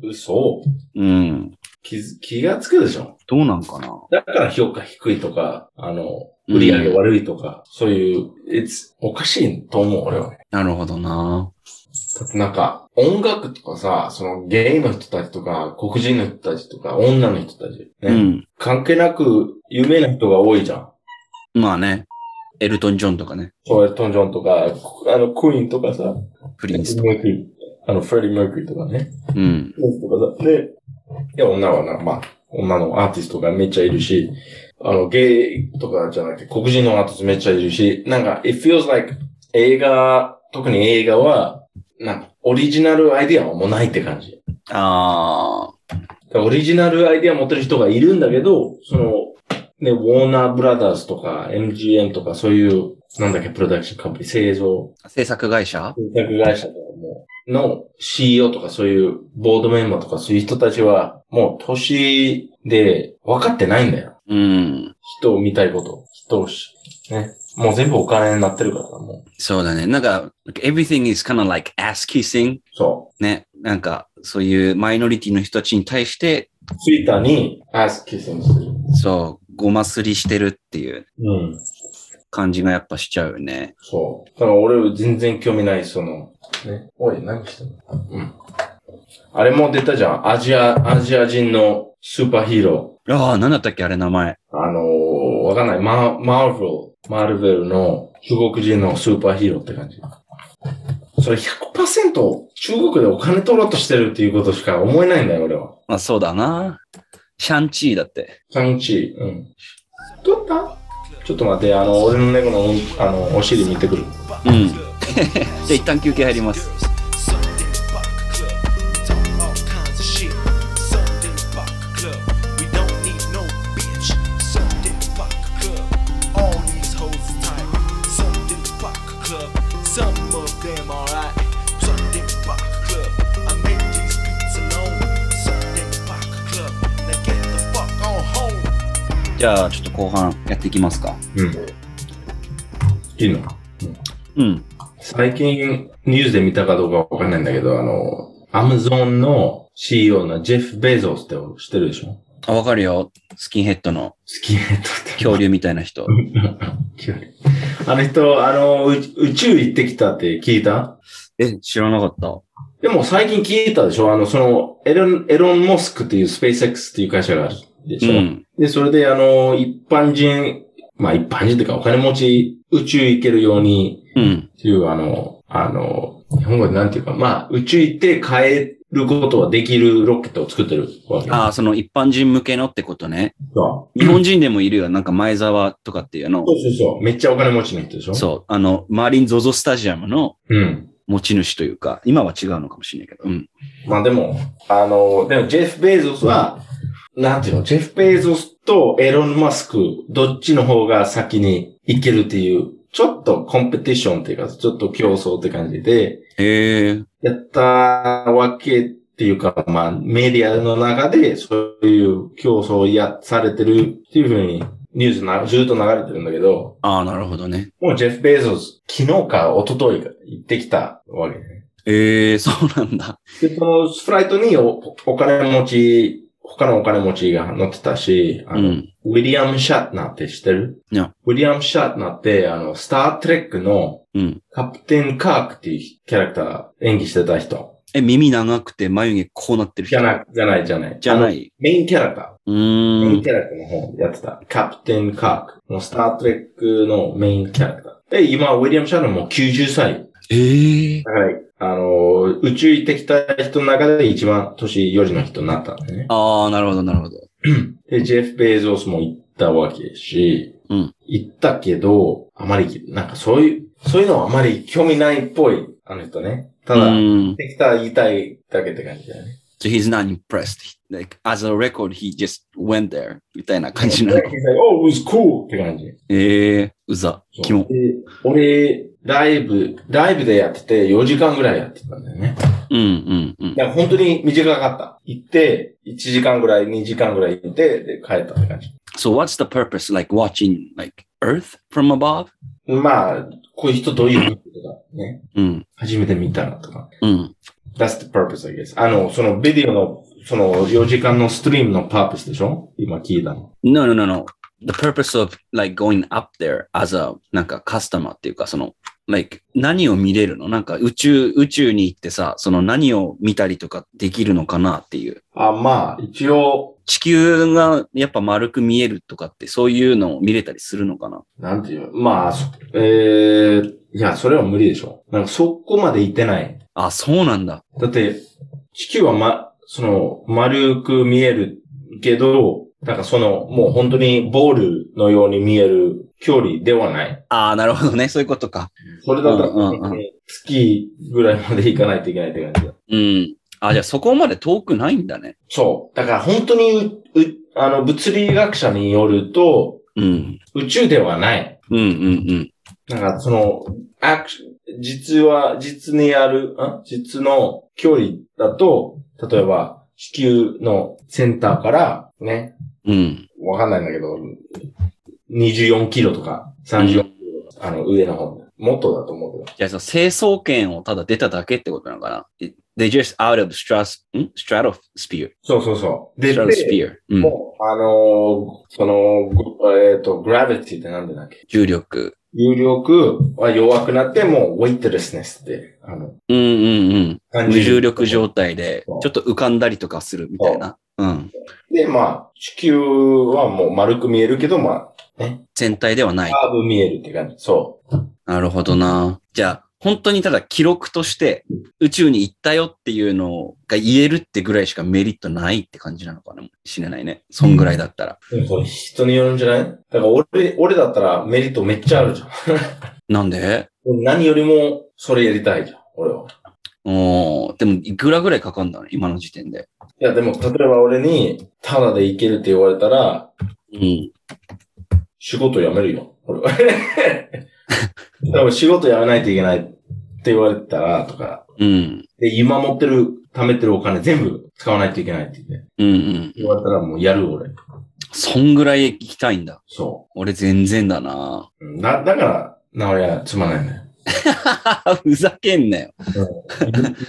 B: 嘘
A: うん。
B: 気づ気がつくでしょ
A: どうなんかな
B: だから評価低いとか、あの、
A: うん
B: 売り上げ悪いとか、そういう、えつおかしいと思う、俺は。
A: なるほどな。
B: だってなんか、音楽とかさ、そのゲイの人たちとか、黒人の人たちとか、女の人たち、ね
A: うん。
B: 関係なく有名な人が多いじゃん。
A: まあね。エルトン・ジョンとかね。
B: ソエルトン・ジョンとか、あの、クイーンとかさ、
A: プリンスと
B: メリーあの、フレディ・メーキュリーとかね。
A: か。うん。
B: とかさで、いや、女はな、まあ、女のアーティストがめっちゃいるし、あの、ゲイとかじゃなくて黒人のアーティストめっちゃいるし、なんか、it feels like 映画、特に映画は、なんか、オリジナルアイディアはもうないって感じ。
A: ああ。
B: だからオリジナルアイディア持ってる人がいるんだけど、その、ね、ウォーナーブラザーズとか、MGM とか、そういう、なんだっけ、プロダクションカンパニー、製造、
A: 制作会社
B: 制作会社とかもう、の CEO とかそういうボードメンバーとかそういう人たちは、もう年で分かってないんだよ。
A: うん。
B: 人を見たいこと。人をし、ね。もう全部お金になってるから、もう。
A: そうだね。なんか、like, everything is kind of like ass kissing.
B: そ
A: ね。なんか、そういうマイノリティの人たちに対して、
B: う。ツイッターに、アスキスにする。
A: そう、ごますりしてるっていう
B: うん。
A: 感じがやっぱしちゃうよね。
B: そう。だから俺全然興味ない、その、ね。おい、何してんのうん。あれも出たじゃん。アジア、アジア人のスーパーヒーロー。
A: ああ、なんだったっけあれ名前。
B: あのー、わかんない。マー、マーベル、マーベルの中国人のスーパーヒーローって感じ。それ100%中国でお金取ろうとしてるっていうことしか思えないんだよ、俺は。
A: まあそうだな。シャンチーだって。
B: サンチー、うん。取ったちょっと待って、あの、俺の猫の、あの、お尻見てくる。
A: うん。 じゃあ一旦休憩入ります。
C: Some of them alright. Sunday Rock Club. I make these beats alone. Sunday Rock Club. Now get the fuck on home.
A: じゃあちょっと後半やっていきますか。
B: うん。いいの
A: うん。
B: 最近、ニュースで見たかどうかわかんないんだけど、あの、アマゾンの CEO のジェフ・ベゾスって知ってるでしょ
A: あ、わかるよ。スキンヘッドの
B: スキンヘッドって。
A: 恐竜みたいな人。
B: あの人、あの、う宇宙行ってきたって聞いた
A: え、知らなかった。
B: でも最近聞いたでしょあの、その、エロン、エロン・モスクっていうスペース X っていう会社があるでし
A: う
B: ょ、
A: ん。
B: で、それであの、一般人、まあ一般人というかお金持ち、宇宙行けるように、
A: うん。
B: っていうあの、あの、日本語でなんていうか、まあ宇宙行って変えることはできるロケットを作ってるわけ。
A: ああ、その一般人向けのってことね。
B: そう
A: 日本人でもいるよ。なんか前澤とかっていうの
B: そ。うそうそう。めっちゃお金持ちの人でしょ
A: そう。あの、マリンゾゾスタジアムの
B: う。うん。
A: 持ち主というか、今は違うのかもしれないけど。うん。
B: まあでも、あの、でもジェフ・ベイゾスは、なんていうの、ジェフ・ベイゾスとエロン・マスク、どっちの方が先に行けるっていう、ちょっとコンペティションっていうか、ちょっと競争って感じで、
A: へえ。
B: やったわけっていうか、まあメディアの中でそういう競争をや、されてるっていうふうにニュースな、ずっと流れてるんだけど、
A: ああ、なるほどね。
B: もうジェフ・ベイゾス、昨日か一昨日か行ってきたわけね。
A: ええそうなんだ。
B: で、そのフライトにおお金持ち、他のお金持ちが乗ってたし、あ
A: う
B: の、
A: ん。
B: ウィリアム・シャットナーって知ってる
A: いや
B: ウィリアム・シャットナーって、あの、スター・トレックの
A: うん。
B: カプテン・カークっていうキャラクター演技してた人。
A: え、耳長くて眉毛こうなってる
B: じ
A: 人
B: ゃない、じゃない、じゃない。
A: じゃな
B: あの
A: い。
B: メインキャラクター。
A: う
B: メ
A: ー
B: イン
A: ん。
B: キャラクターの方やってた。カプテン・カークのスター・トレックのメインキャラクター。で、今、ウィリアム・シャットナーも90歳。
A: ええ
B: だから、あの、宇宙行ってきた人の中で一番年寄りの人になったんだね。
A: ああ、なるほど、なるほど。
B: で、ジェフ・ベイゾスも行ったわけし、
A: うん
B: 行ったけど、あまり、なんかそういう、そういうのはあまり興味ないっぽい、あの人ね。ただ、
A: う
B: 行
A: ーん。
B: ってきたら言いたいだけって感じだよね。
A: So he's not impressed. Like, as a record, he just went there. みたいな感じなの
B: で。he's like, oh, it was cool! って感じ。
A: ええうざ。
B: そう
A: キモ。
B: で俺、ライブ、ライブでやってて4時間ぐらいやってたんだよね。
A: うん、うん、うん。
B: だから本当に短かった。行って、1時間ぐらい、2時間ぐらい行って、で、帰ったって感じ。
A: So what's the purpose? Like, watching, like, Earth from above?
B: まあ、こういう人どういう人とかね、
A: うん、
B: 初めて見たらとか。
A: うん。
B: That's the purpose, I guess. あの、そのビデオの、その4時間のストリームのパー p スでしょ今聞いたの。
A: No, no, no, no. The purpose of, like, going up there as a, なんか、カスタマーっていうか、その、like, 何を見れるのなんか、宇宙、宇宙に行ってさ、その何を見たりとかできるのかなっていう。
B: あ、まあ、一応、
A: 地球がやっぱ丸く見えるとかって、そういうのを見れたりするのかな
B: なんていう、まあ、そえー、いや、それは無理でしょ。なんかそこまで行ってない。
A: あ、そうなんだ。
B: だって、地球はま、その、丸く見えるけど、なんかその、もう本当にボールのように見える距離ではない。
A: ああ、なるほどね。そういうことか。
B: それだったら
A: うんうんうん、
B: 月ぐらいまで行かないといけないって感じだ。
A: うん。あ、じゃあそこまで遠くないんだね。
B: そう。だから本当にう、うあの、物理学者によると、
A: うん。
B: 宇宙ではない。
A: うんうん
B: なんか、その、アクシ実は、実にある、ん実の距離だと、例えば、地球のセンターから、ね、
A: うん。うん。
B: わかんないんだけど、24キロとか、34キロ、あの、上の方。もっとだと思うけど。
A: じゃあその成層圏をただ出ただけってことなのかな It- ?They just out of stras, ん stratosphere.
B: そうそうそう。で、で
A: stratosphere. うん。
B: もう、あのーその、ごえっ、と、グラビティってなんでだっけ
A: 重力。
B: 有力は弱くなって、もう、ウェイトレスネスって、あの、
A: うんうんうん。
B: 感
A: 無
B: じる
A: 重力状態で、
B: そう
A: ちょっと浮かんだりとかするみたいな。うん。
B: で、まあ、地球はもう丸く見えるけど、ま
A: 全体ではな
B: あ、
A: い。
B: カーブ見えるって感じ。そ
A: なるほどな。じゃあ、本当にただ記録として宇宙に行ったよっていうのが言えるってぐらいしかメリットないって感じなのかもしれないね。そんぐらいだったら。
B: う。でもこれ人によるんじゃないだから俺、俺だったらメリットめっちゃあるじゃん。
A: なんで
B: 何よりも、それやりたいじゃん、俺は。
A: おーでも、いくらぐらいかかんだの今の時点で。
B: いや、でも、例えば俺に、タダで行けるって言われたら、
A: うん。
B: 仕事辞めるよ、俺は。 多分仕事辞めないといけないって言われたら、とか。
A: うん。
B: で、今持ってる、貯めてるお金全部使わないといけないって言って。
A: うんうん。
B: 言われたらもうやる俺。
A: そんぐらい行きたいんだ。
B: そ
A: 俺全然だな
B: う。うんだ、だから、なおや、つまんないね。
A: ふざけんなよ。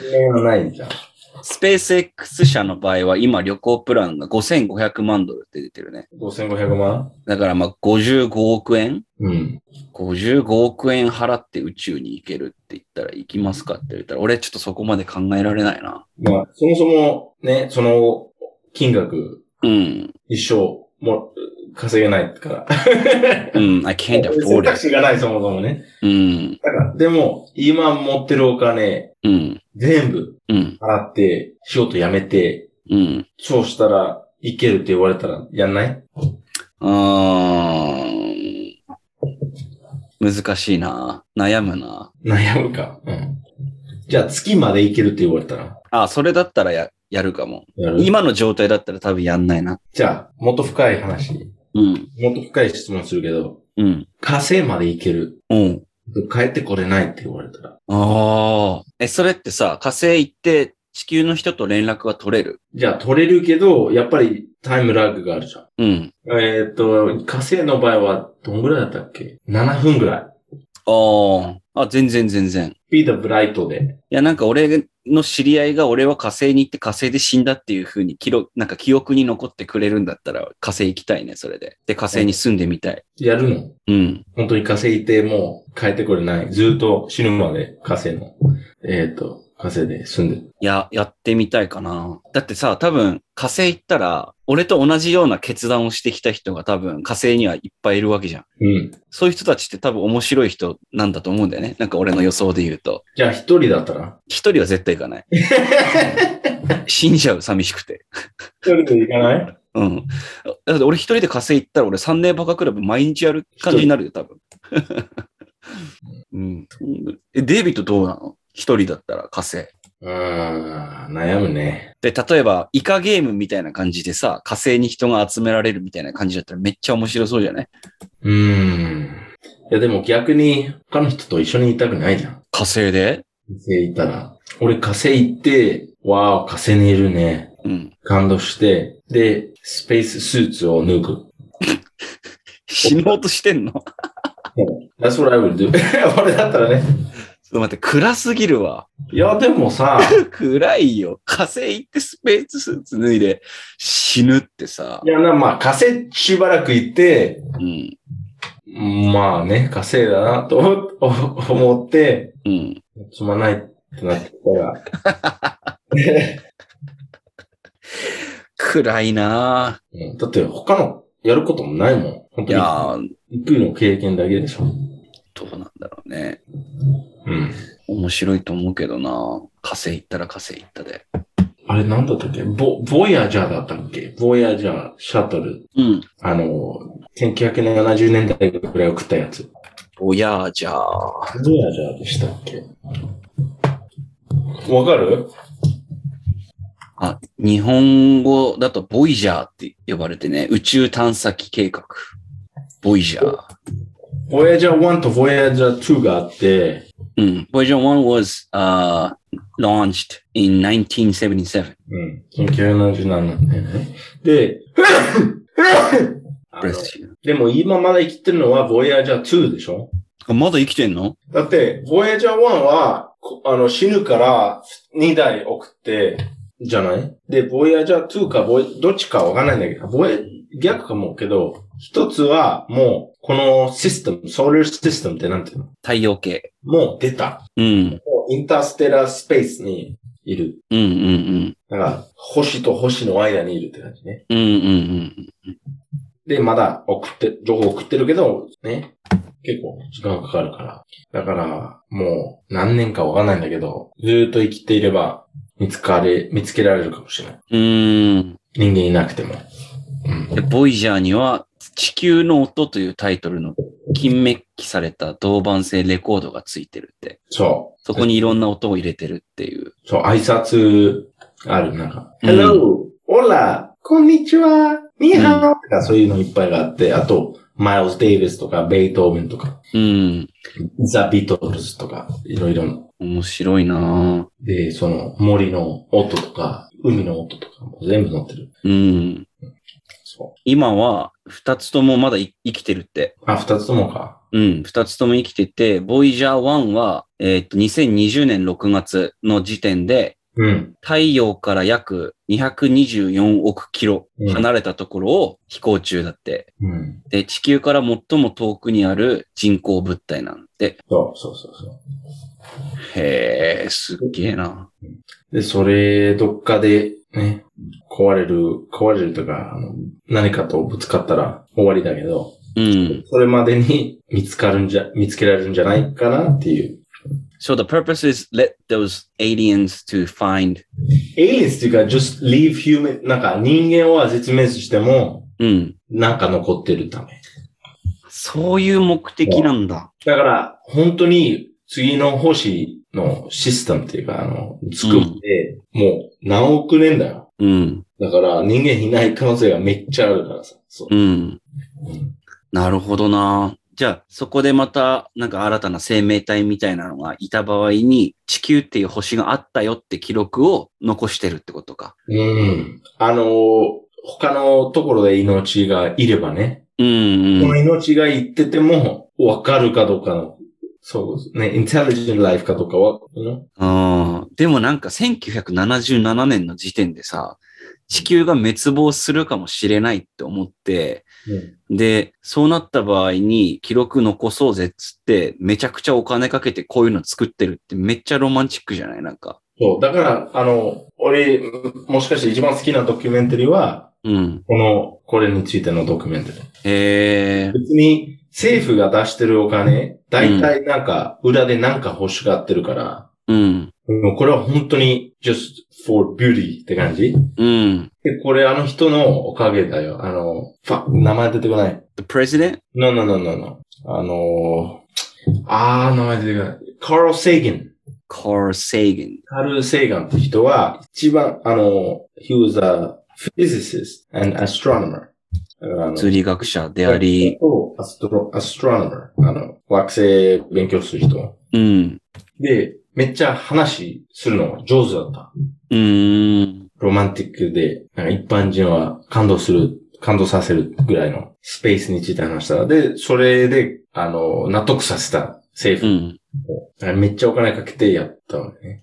B: 夢はないじゃん。
A: スペース X 社の場合は今旅行プランが5500万ドルって出てるね。
B: 5500万
A: だからまあ55億円
B: うん。
A: 55億円払って宇宙に行けるって言ったら行きますかって言ったら俺ちょっとそこまで考えられないな。
B: まあ、そもそも、ね、その、金額、
A: うん。
B: 一生、もう、稼げないから。
A: うん。I can't
B: 選
A: afford
B: 択
A: it.
B: 肢がない、そもそもね。
A: うん。
B: だから、でも、今持ってるお金、
A: うん。
B: 全部
A: うん。
B: 払って、仕事辞めて、
A: うん。
B: そうしたら、いけるって言われたら、やんない
A: あー難しいな。悩むな。
B: 悩むか。うん。じゃあ、月までいけるって言われたら、
A: あ、それだったらや、やるかも。
B: やる
A: 今の状態だったら多分やんないな。
B: じゃあ、もっと深い話。
A: うん。
B: もっと深い質問するけど、
A: うん。
B: 火星まで行ける。
A: うん。
B: 帰ってこれないって言われたら。
A: ああ。え、それってさ、火星行って地球の人と連絡が取れる。
B: じゃあ取れるけど、やっぱりタイムラグがあるじゃん。
A: うん。
B: えーっ、と、火星の場合はどんぐらいだったっけ ?7 分ぐらい。
A: ああ。あ、全然全然。
B: スピードブライトで。
A: いや、なんか俺の知り合いが俺は火星に行って火星で死んだっていう風に記録、なんか記憶に残ってくれるんだったら火星行きたいね、それで。で、火星に住んでみたい。
B: やるの
A: うん。
B: 本当に火星いてもう帰ってこれない。ずっと死ぬまで火星の。えーっ、と、火星で住んでる。
A: いや、やってみたいかな。だってさ、多分火星行ったら、俺と同じような決断をしてきた人が多分火星にはいっぱいいるわけじゃん。
B: うん。
A: そういう人たちって多分面白い人なんだと思うんだよね。なんか俺の予想で言うと。
B: じゃあ一人だったら
A: 一人は絶対行かない。 死んじゃう、寂しくて。
B: 一人で行かない
A: うん。だって俺一人で火星行ったら俺三年バカクラブ毎日やる感じになるよ、多分。うん。え、デイビッドどうなの一人だったら火星。
B: うーん、悩むね。
A: で、例えば、イカゲームみたいな感じでさ、火星に人が集められるみたいな感じだったらめっちゃ面白そうじゃないう
B: ーん。いやでも逆に他の人と一緒にいたくないじゃん。
A: 火星で
B: 火星いたら。俺火星行って、わー、火星にいるね。
A: うん。
B: 感動して、で、スペーススーツを脱ぐ。
A: 死のうとしてんのちょっ
B: That's what I would do. 俺だったらね。
A: と待って、暗すぎるわ。
B: いや、でもさ、
A: 暗いよ。火星行ってスペーススーツ脱いで死ぬってさ
B: い。や、な、まあ、火星しばらく行って、
A: うん。
B: まあね、火星だなと思お思って、
A: うん。
B: つまないってなってきたら、
A: 暗いな
B: うんだって他のやることもないもん。
A: ぁ。い
B: 本当に
A: やー、
B: 行くの経験だけでしょ。
A: どうなんだろうね。
B: うん。
A: 面白いと思うけどなぁ火星行ったら火星行ったで。
B: あれなんだったっけボ、ボヤジャーだったっけボヤジャー、シャトル。
A: うん。
B: あの、1970年代ぐらい送ったやつ。
A: おやーじゃあ。
B: ボヤジャーでしたっけわかる
A: あ、日本語だとボイジャーって呼ばれてね、宇宙探査機計画。ボイジャー。
B: ボヤジャー1とボヤジャー2があって、
A: うん。ボイジャー1 was、uh, launched in 1977.
B: うん。1977年ね。で、 あの
A: Bless you.
B: でも今まだ生きてるのはボヤジャー2でしょ
A: あまだ生きてんの
B: だって、ボヤジャー1は、こあの、死ぬから2台送って、じゃないで、ボヤジャー2かボイ、どっちかわかんないんだけど、ボヤ、逆かもけど、一つはもう、このシステム、ソーラーシステムってなんていうの
A: 太陽系。
B: もう出た。
A: うん。
B: もうインターステラースペースにいる。
A: うんうんうん。
B: だから、星と星の間にいるって感じね。
A: うんうんうん。
B: で、まだ送って、情報送ってるけど、ね。結構時間かかるから。だから、もう何年かわかんないんだけど、ずーっと生きていれば見つかれ、見つけられるかもしれない。
A: うーん。
B: 人間いなくても。うん。
A: でボイジャーには、地球の音というタイトルの金メッキされた銅板製レコードがついてるって。
B: そ
A: そこにいろんな音を入れてるっていう。
B: う。そう、挨拶ある、なんか。
A: うん
B: Hello! オラこんにちはニーハオとかそういうのいっぱいがあって、あと、マイルス・デイビスとか、ベイトーベンとか、
A: うん。
B: ザ・ビートルズとか、いろいろ
A: 面白いなぁ
B: で、その森の音とか、海の音とかも全部載ってる。
A: うん。
B: そ
A: 今は、二つともまだい生きてるって。
B: う。あ、二つともか。
A: うん、二つとも生きてて、ボイジャー1は、えーっと、2020年6月の時点で、
B: うん。
A: 太陽から約224億キロ
B: うん
A: 離れたところを飛行中だって。
B: うん。
A: で、地球から最も遠くにある人工物体なんて。
B: そうそうそうそ
A: へえ、すっげえな。
B: う。で、それ、どっかで、ね、壊れる、壊れるとか、あの何かとぶつかったら終わりだけど、
A: うん。
B: それまでに 見つかるんじゃ、見つけられるんじゃないかなっていう。
A: So the purpose is let those aliens to find,
B: エイリスっていうか、just leave human, なんか人間は絶滅しても、
A: うん。
B: なんか残ってるため。
A: そういう目的なんだ。
B: だから、本当に次の星のシステムっていうか、あの、作って、もう何億年だよ。
A: うん。
B: だから人間いない可能性がめっちゃあるからさ。そ
A: う
B: う
A: ん。
B: うん
A: なるほどな。じゃあ、そこでまた、なんか新たな生命体みたいなのがいた場合に、地球っていう星があったよって記録を残してるってことか。
B: うん。あの、他のところで命がいればね、
A: うん、
B: こ
A: う
B: の
A: ん。
B: 命がいってても、わかるかどうかの、そうですね、インテリジェントライフかどうかは、うん
A: あーでもなんか1977年の時点でさ、地球が滅亡するかもしれないって思って、で、そうなった場合に記録残そうぜっつって、めちゃくちゃお金かけてこういうの作ってるってめっちゃロマンチックじゃないなんか。
B: そう、だから、あの、俺、もしかして一番好きなドキュメンタリーは、
A: うん。
B: この、これについてのドキュメンタリー。
A: へえ。
B: 別に、政府が出してるお金、大体なんか、裏でなんか欲しがってるから、
A: うん。
B: もうこれは本当に、just for beauty って感じ。
A: うん。
B: で、これあの人のおかげだよ。あの、ファ、名前出てこない。
A: The president?
B: no, no, no, no, no. あのー、あー、名前出てこない。カール・セーガン。
A: Carl Sagan.
B: カール・セーガンって人は、一番、あの、he was a physicist and astronomer. だからあの
A: 物理学者であり、
B: とアストロ、アストロノマー。あの、惑星勉強する人。
A: うん。
B: で、めっちゃ話するのが上手だった。
A: うーん。
B: ロマンティックで、なんか一般人は感動する、感動させるぐらいのスペースについて話したら。で、それで、あの、納得させた
A: う
B: 政府。
A: ん。
B: だからめっちゃお金かけてやったのね。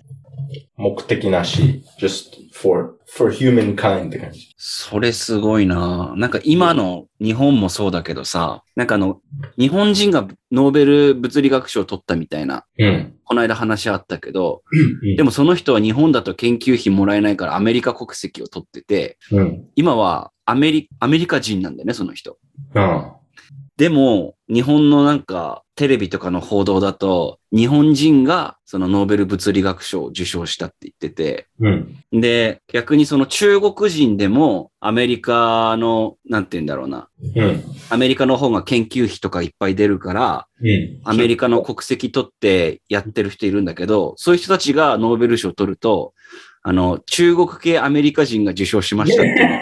B: 目的なし、just for, for humankind って感じ。
A: それすごいななんか今の日本もそうだけどさ、なんかあの、日本人がノーベル物理学賞を取ったみたいな、
B: うん。
A: この間話あったけど、
B: うん
A: でもその人は日本だと研究費もらえないからアメリカ国籍を取ってて、
B: うん。
A: 今はアメリアメリカ人なんだよね、その人。
B: うん。
A: でも、日本のなんか、テレビとかの報道だと、日本人がそのノーベル物理学賞を受賞したって言ってて、
B: うん。
A: で、逆にその中国人でもアメリカの、なんて言うんだろうな、
B: うん。
A: アメリカの方が研究費とかいっぱい出るから、
B: うん。
A: アメリカの国籍取ってやってる人いるんだけど、そういう人たちがノーベル賞を取ると、あの、中国系アメリカ人が受賞しましたっていうの。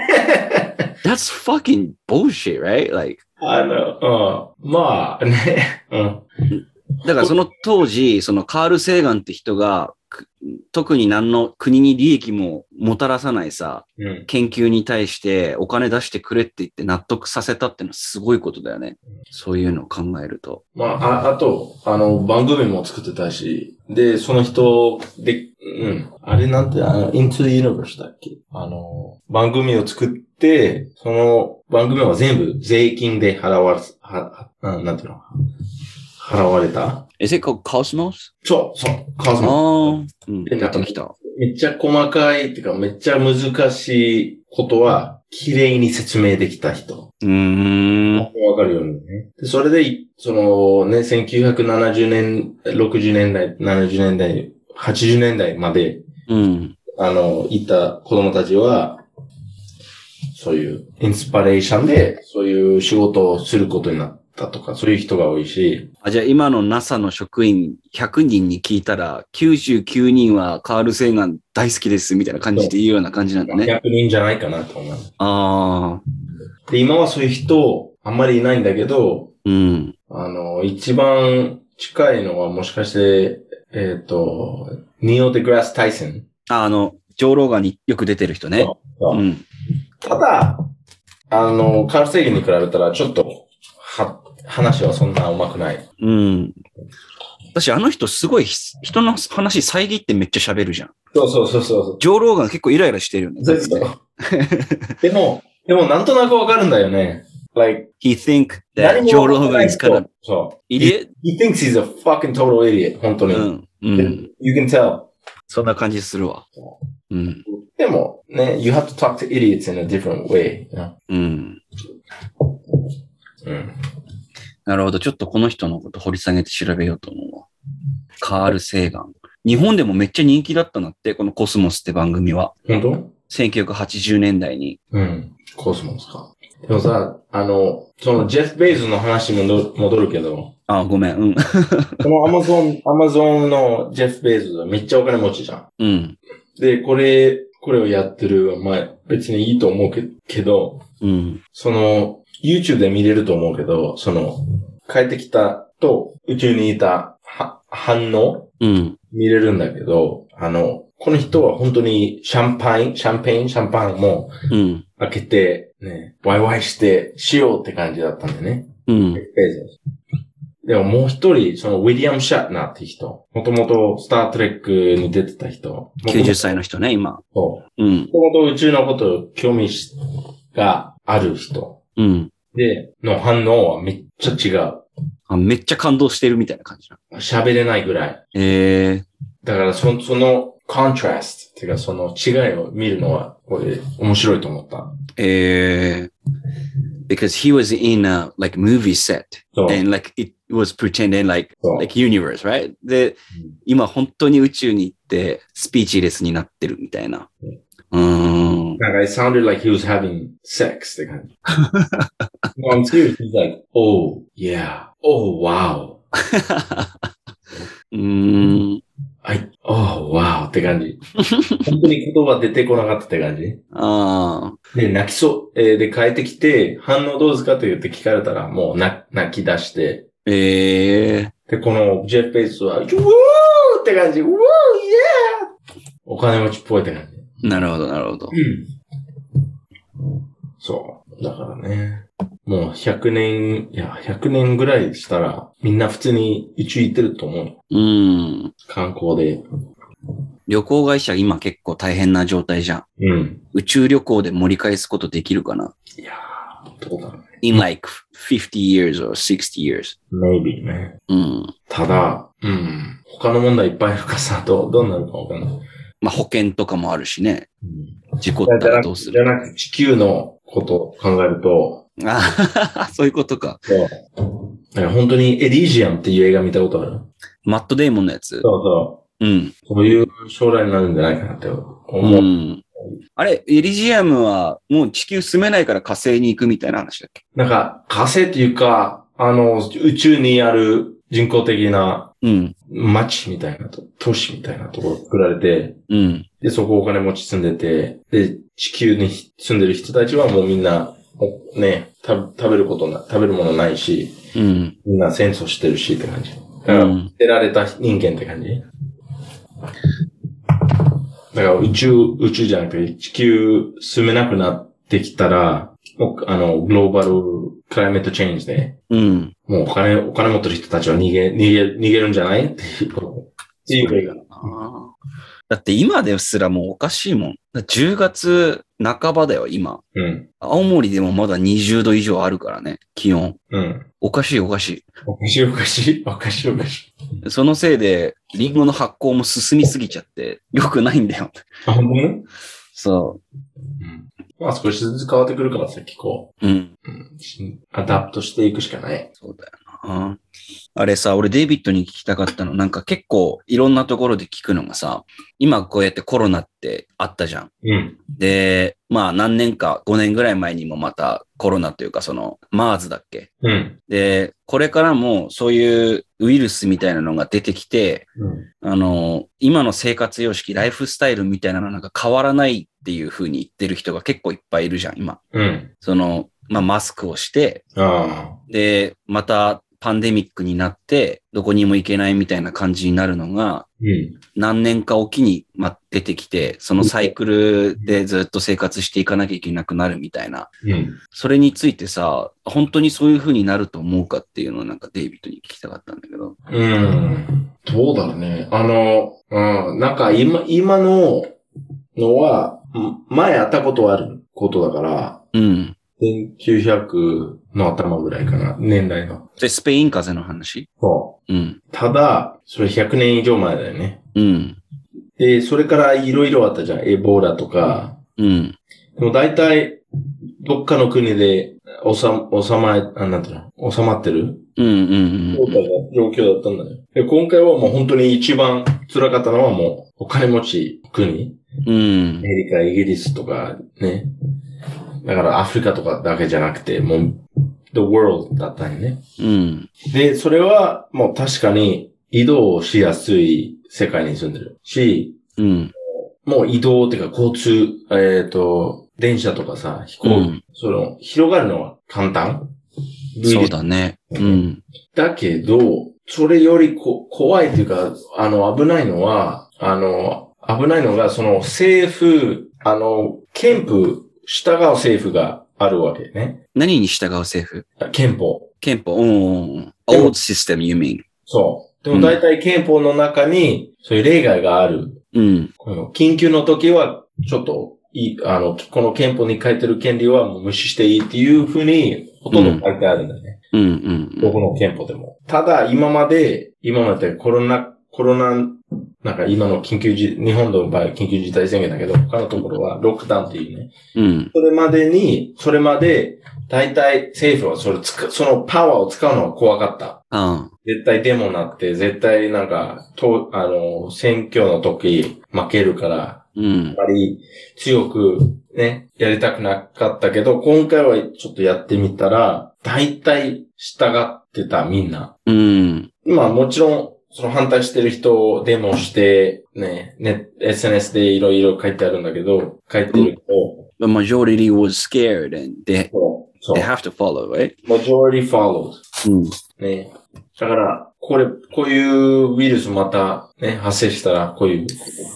A: That's fucking bullshit, right? Like,
B: あの、うん。まあ、ね。 うん。
A: だからその当時、そのカール・セーガンって人が、く特に何の国に利益ももたらさないさ、
B: うん。
A: 研究に対してお金出してくれって言って納得させたってのはすごいことだよね。そういうのを考えると。
B: まあ、あ、あと、あの、番組も作ってたし、で、その人、で、うん。あれなんて、あの、Into the Universe だっけあの、番組を作って、その番組は全部税金で払わす、は、はなんていうの払われた
A: Is it called Cosmos?
B: そう、そう、カズ
A: あ
B: マ。
A: あ、うん、出てきた。
B: めっちゃ細かいっていうか、めっちゃ難しいことは、綺麗に説明できた人。
A: うーん、
B: わかるようにね。でそれで、そのね、1970年、60年代、70年代、80年代まで、
A: うん、
B: あの、いた子供たちは、そういうインスパレーションで、そういう仕事をすることになったとか、そういう人が多いし、
A: あ。じゃあ今の NASA の職員100人に聞いたら、99人はカール・セーガン大好きですみたいな感じで言うような感じなんだね。
B: 逆にいいんじゃないかなと思う。
A: ああ、
B: で、今はそういう人、あんまりいないんだけど、
A: うん。
B: あの、一番近いのはもしかして、えっ、と、ニオ・デ・グラス・タイソン。
A: ああの、上老眼によく出てる人ね。
B: そう
A: うん。
B: ただ、あの、カール制限に比べたら、ちょっと、は、話はそんな上手くない。
A: うん。私、あの人すごいひ、人の話遮ってめっちゃ喋るじゃん。
B: そうそうそうそう。
A: 上老眼結構イライラしてるよね。だってね
B: でも、でもなんとなくわかるんだよね。like,
A: He think that 上老眼 is
B: か
A: kind of
B: ら。そう。
A: idiot?
B: He thinks he's a fucking total idiot, 本当
A: う
B: に。
A: ん。うん。
B: You can tell.
A: そんな感じするわ。うん。
B: でも、ね、you have to talk to idiots in a different way.
A: うん。
B: うん。
A: なるほど。ちょっとこの人のこと掘り下げて調べようと思うわ。カール・セーガン。日本でもめっちゃ人気だったなって、このコスモスって番組は。
B: 本当
A: 1980年代に。
B: うん。コスモスか。でもさ、あの、その、ジェフ・ベイズの話に戻る戻るけど、
A: あ、ごめん。うん。
B: このアマゾン、アマゾンのジェフ・ベイズはめっちゃお金持ちじゃん。
A: うん。
B: で、これ、これをやってるは、まあ、別にいいと思うけけど、
A: うん。
B: その、YouTube で見れると思うけど、その、帰ってきたと、宇宙にいたは反応
A: うん。
B: 見れるんだけど、あの、この人は本当にシャンパン、シャンペン、シャンパンも
A: うん。
B: 開けて、ね、ワイワイして、しようって感じだったんだよね。
A: うん。
B: ベゾスでももう一人、そのウィリアム・シャッナーって人。もともとスター・トレックに出てた人。
A: 90歳の人ね、今。
B: も
A: うん。
B: ともと宇宙のこと興味がある人。
A: うん。
B: で、の反応はめっちゃ違う。
A: あめっちゃ感動してるみたいな感じな。
B: 喋れないぐらい。
A: え
B: だからそその、コントラストっていうかその違いを見るのは、これ面白いと思った。
A: ー、えー。Because he was in a like movie set
B: そう。
A: and like it was pretending like
B: そう
A: like universe, right? で
B: うん、
A: 今本当に宇宙に行ってスピーチレスになってるみたいな。うーん。
B: なんか、it sounded like he was having sex って感じ。no, I'm serious. He's like, oh, yeah. Oh, wow.
A: うーん。
B: はい。おー、わーって感じ。本当に言葉出てこなかったって感じ。
A: ああ。
B: で、泣きそう。えーで、帰ってきて、反応どうですかと言って聞かれたら、もう泣泣き出して。
A: ええ
B: で、このジェフ・ベイスは、ウォーって感じ。ウォー、イエーお金持ちっぽいって感じ。
A: ー。なるほど、なるほど。
B: うん。そう。だからね。もう100年、いや、100年ぐらいしたら、みんな普通に宇宙行ってると思う。
A: うん。
B: 観光で。
A: 旅行会社今結構大変な状態じゃん。
B: うん。
A: 宇宙旅行で盛り返すことできるかない
B: やー、どうだろうね。
A: ?in like 50 years or 60 years.
B: maybe ね。
A: うん。
B: ただ、うん。他の問題いっぱい深さと、どうなるかわかんない。
A: まあ保険とかもあるしね。
B: うん、
A: 事故った
B: じゃな
A: ら
B: く
A: どう
B: て
A: す
B: じゃ
A: る
B: なくて地球のことを考えると、
A: あ そういうことか。
B: だから本当にエリジアムっていう映画見たことある
A: マットデイモンのやつ。
B: そうそ
A: うん。
B: う。そういう将来になるんじゃないかなって思
A: う
B: う。
A: ん。あれ、エリジアムはもう地球住めないから火星に行くみたいな話だっけ
B: なんか、火星っていうか、あの、宇宙にある人工的な
A: うん。
B: 街みたいなと、都市みたいなところ作られて、
A: うん。
B: で、そこお金持ち住んでて、で、地球に住んでる人たちはもうみんな、おね、た食べることな、食べるものないし、
A: うん。
B: みんな戦争してるしって感じ。だ
A: う
B: から、
A: ん。
B: 捨てられた人間って感じ。だから宇宙、宇宙じゃなくて地球住めなくなってきたら、もうあの、グローバルクライメットチェンジで、
A: うん。
B: もうお金、お金持ってる人たちは逃げ、逃げ、逃げるんじゃないっていうこと。っていう映画。
A: ああだって今ですらもうおかしいもん。だ10月半ばだよ、今。
B: うん。
A: 青森でもまだ20度以上あるからね、気温。
B: うん。
A: おかしいおかし
B: おかしいおかしい、おかしいおかしい。
A: い。そのせいで、リンゴの発酵も進みすぎちゃって、良くないんだよ。
B: あ、ほんとに
A: そ
B: うん。まあ少しずつ変わってくるからさ、気候。
A: う。うん。
B: うん。しアダプトしていくしかない。
A: そうだよな。あれさ、俺デイビッドに聞きたかったの、なんか結構いろんなところで聞くのがさ、今こうやってコロナってあったじゃん。
B: うん。
A: で、まあ何年か、5年ぐらい前にもまたコロナというかその、マーズだっけ
B: うん。
A: で、これからもそういうウイルスみたいなのが出てきて、
B: うん。
A: あの、今の生活様式、ライフスタイルみたいなのなんか変わらないっていう風に言ってる人が結構いっぱいいるじゃん、今。
B: うん。
A: その、まあ、マスクをして、
B: あ
A: で、またパンデミックになって、どこにも行けないみたいな感じになるのが、
B: あ。うん。
A: 何年かおきに、まあ、出てきて、そのサイクルでずっと生活していかなきゃいけなくなるみたいな。
B: うん。
A: それについてさ、本当にそういう風になると思うかっていうのをなんかデイビッドに聞きたかったんだけど。
B: うん。どうだろうね。あの、うん、なんか今、今ののは、ん前あったことあることだから、
A: うん。
B: 1900の頭ぐらいかな、年代の。
A: それスペイン風邪の話
B: そ
A: うん。
B: う。ただ、それ100年以上前だよね。
A: うん。
B: で、それからいろいろあったじゃん。エボラとか。
A: うん。
B: でも大体、どっかの国で、おさ、収まえ、あ、なんていうの収まってる
A: うん。うん。
B: 状態の状況だったんだよ。で、今回はもう本当に一番辛かったのはもう、お金持ち国。
A: うん。うん
B: アメリカ、イギリスとかね。だからアフリカとかだけじゃなくて、もう、the world だったんよね。
A: うん。
B: で、それはもう確かに移動しやすい世界に住んでるし、
A: うん。
B: もう移動っていうか交通、えっ、と、電車とかさ、飛行機、
A: うん
B: その、広がるのは簡単。類で
A: そうだね。うん。
B: だけど、それよりこ怖いというか、あの、危ないのは、あの、危ないのが、その政府、あの、憲法、従う政府があるわけね。
A: 何に従う政府
B: あ憲法。
A: 憲法、うんうんうん。
B: でも
A: old system, you mean.
B: そう。で
A: う
B: も
A: ん
B: 大体憲法の中に、そういう例外がある。
A: うん。
B: この緊急の時は、ちょっと、いい、あの、この憲法に書いてる権利はもう無視していいっていうふうに、ほとんど書いてあるんだね。
A: うんうんう
B: どこの憲法でも。ただ、今まで、今までコロナ、コロナ、なんか今の緊急事、日本の場合緊急事態宣言だけど、他のところはロックダウンっていうね。
A: ん。うん。
B: それまでに、それまで、大体政府はそれ使う、そのパワーを使うのは怖かった。
A: あ
B: 絶対デモになって、絶対なんか、と、あの、選挙の時負けるから、
A: あ。うん
B: あ。まり強くね、やりたくなかったけど、今回はちょっとやってみたら、大体従ってたみんな。
A: うん。
B: まあもちろん、その反対してる人をデモして、ね、ね、SNS でいろいろ書いてあるんだけど、書いてると、
A: The majority was scared and they,
B: そうそ
A: they
B: う。
A: have to follow, right?
B: majority follows.
A: うん。
B: ね。だから、これ、こういうウイルスまたね、発生したら、こういう、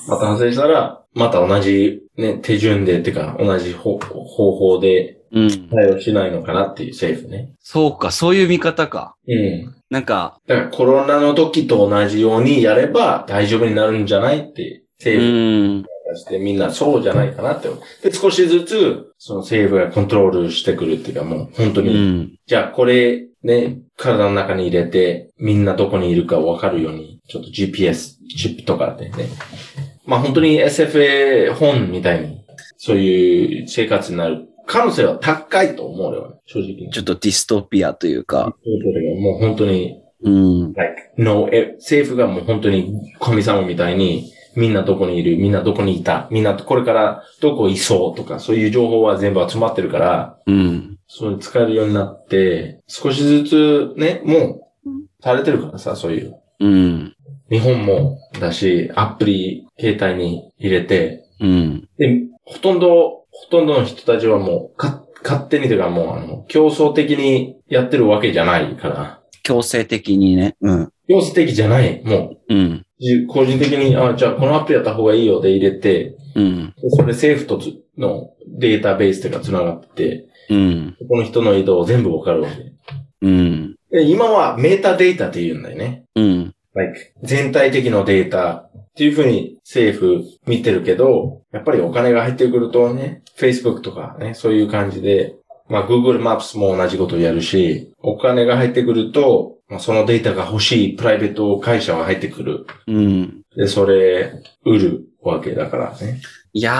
B: また発生したら、また同じね、手順で、てか、同じ方方法で
A: うん。
B: 対応しないのかなっていう政府ね。
A: そうか、そういう見方か。
B: うん。
A: なんか、
B: だからコロナの時と同じようにやれば大丈夫になるんじゃないっ
A: う
B: て政府
A: ん。
B: がしてみんなそうじゃないかなって思う。で、少しずつその政府がコントロールしてくるっていうかもう本当
A: う
B: に、
A: ん。
B: じゃあこれね、体の中に入れてみんなどこにいるかわかるようにちょっと GPS チップとかでね。まあ本当に SFA 本みたいにそういう生活になる可能性は高いと思うよ、正直に。
A: ちょっとディストピアというか。
B: もう本当に
A: うん。
B: like, no, え政府がもう本当に神様みたいに、みんなどこにいる、みんなどこにいた、みんなこれからどこいそうとか、そういう情報は全部集まってるから、
A: うん。
B: そういう使えるようになって、少しずつね、もう、されてるからさ、そういう。
A: うん。
B: 日本もだし、アプリ、携帯に入れて、
A: うん。
B: で、ほとんど、ほとんどの人たちはもう、か、勝手にというかもう、あの、競争的にやってるわけじゃないから、
A: 強制的にね。うん。
B: 競争的じゃない、もう、
A: うん。
B: じ個人的に、あ、じゃあこのアプリやった方がいいよで入れて、
A: うん。
B: でそれ政府とつのデータベースとか繋がって
A: うん。
B: て、この人の移動全部わかるわけ。
A: うん。
B: で今はメータデータって言うんだよね。
A: うん。
B: like 全体的のデータっていうふうに政府見てるけど、やっぱりお金が入ってくるとね、Facebook とかね、そういう感じで、まあ Google Maps も同じことをやるし、お金が入ってくると、まあ、そのデータが欲しいプライベート会社が入ってくる。
A: うん。
B: で、それ、売るわけだからね。
A: いや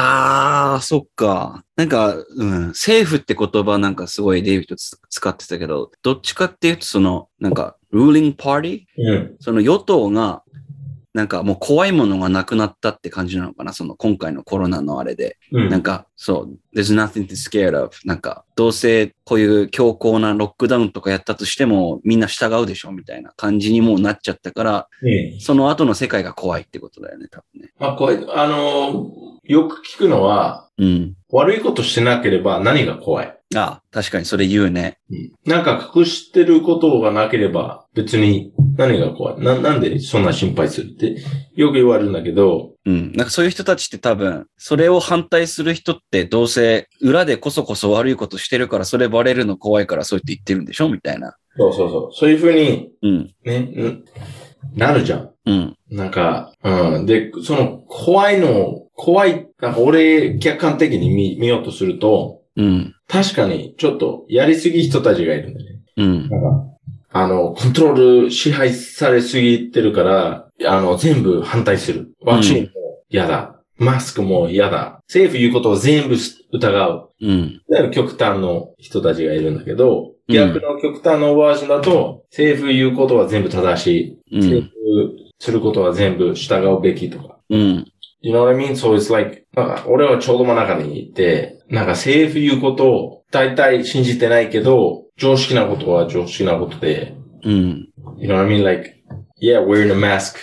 A: ー、そっか。なんか、うん、政府って言葉なんかすごいデイビッドつ使ってたけど、どっちかっていうと、その、なんか、ruling party?
B: うん。
A: その与党が、なんかもう怖いものがなくなったって感じなのかなその今回のコロナのあれで。
B: う
A: なん
B: ん。
A: か、そう、there's nothing to scared of. なんか、どうせこういう強硬なロックダウンとかやったとしても、みんな従うでしょみたいな感じにもうなっちゃったから、
B: うん
A: その後の世界が怖いってことだよね、多分ね。
B: まあ、こういう、あのーよく聞くのは、
A: うん。
B: 悪いことしてなければ何が怖い。
A: ああ確かにそれ言うね。
B: なんか隠してることがなければ別に何が怖い。な、なんでそんな心配するってよく言われるんだけど、
A: うん。なんかそういう人たちって多分、それを反対する人ってどうせ裏でこそこそ悪いことしてるから、それバレるの怖いからそうやって言ってるんでしょみたいな。
B: そうそうそう。そういうふうに、
A: うん。
B: ね、んなるじゃん。
A: うん。
B: なんか、うん。で、その怖いの、怖い、なんか俺客観的に見、見ようとすると、
A: うん。
B: 確かにちょっとやりすぎ人たちがいるんだね。
A: うん。
B: なんか、あの、コントロール支配されすぎてるから、あの、全部反対する。ワクチンも嫌だ。マスクも嫌だ。政府言うことを全部疑う。
A: うん。
B: だから極端の人たちがいるんだけど、
A: うん
B: 逆の極端のバージョンだと、政府言うことは全部正し
A: う
B: い。政
A: ん。
B: 府することは全部従うべきとか。
A: うん。
B: You know what I mean? So it's like, なんか俺はちょうど真ん中にいて、なんか政府言うことを大体信じてないけど、常識なことは常識なことで、
A: うん。
B: You know what I mean? Like, yeah, wearing a mask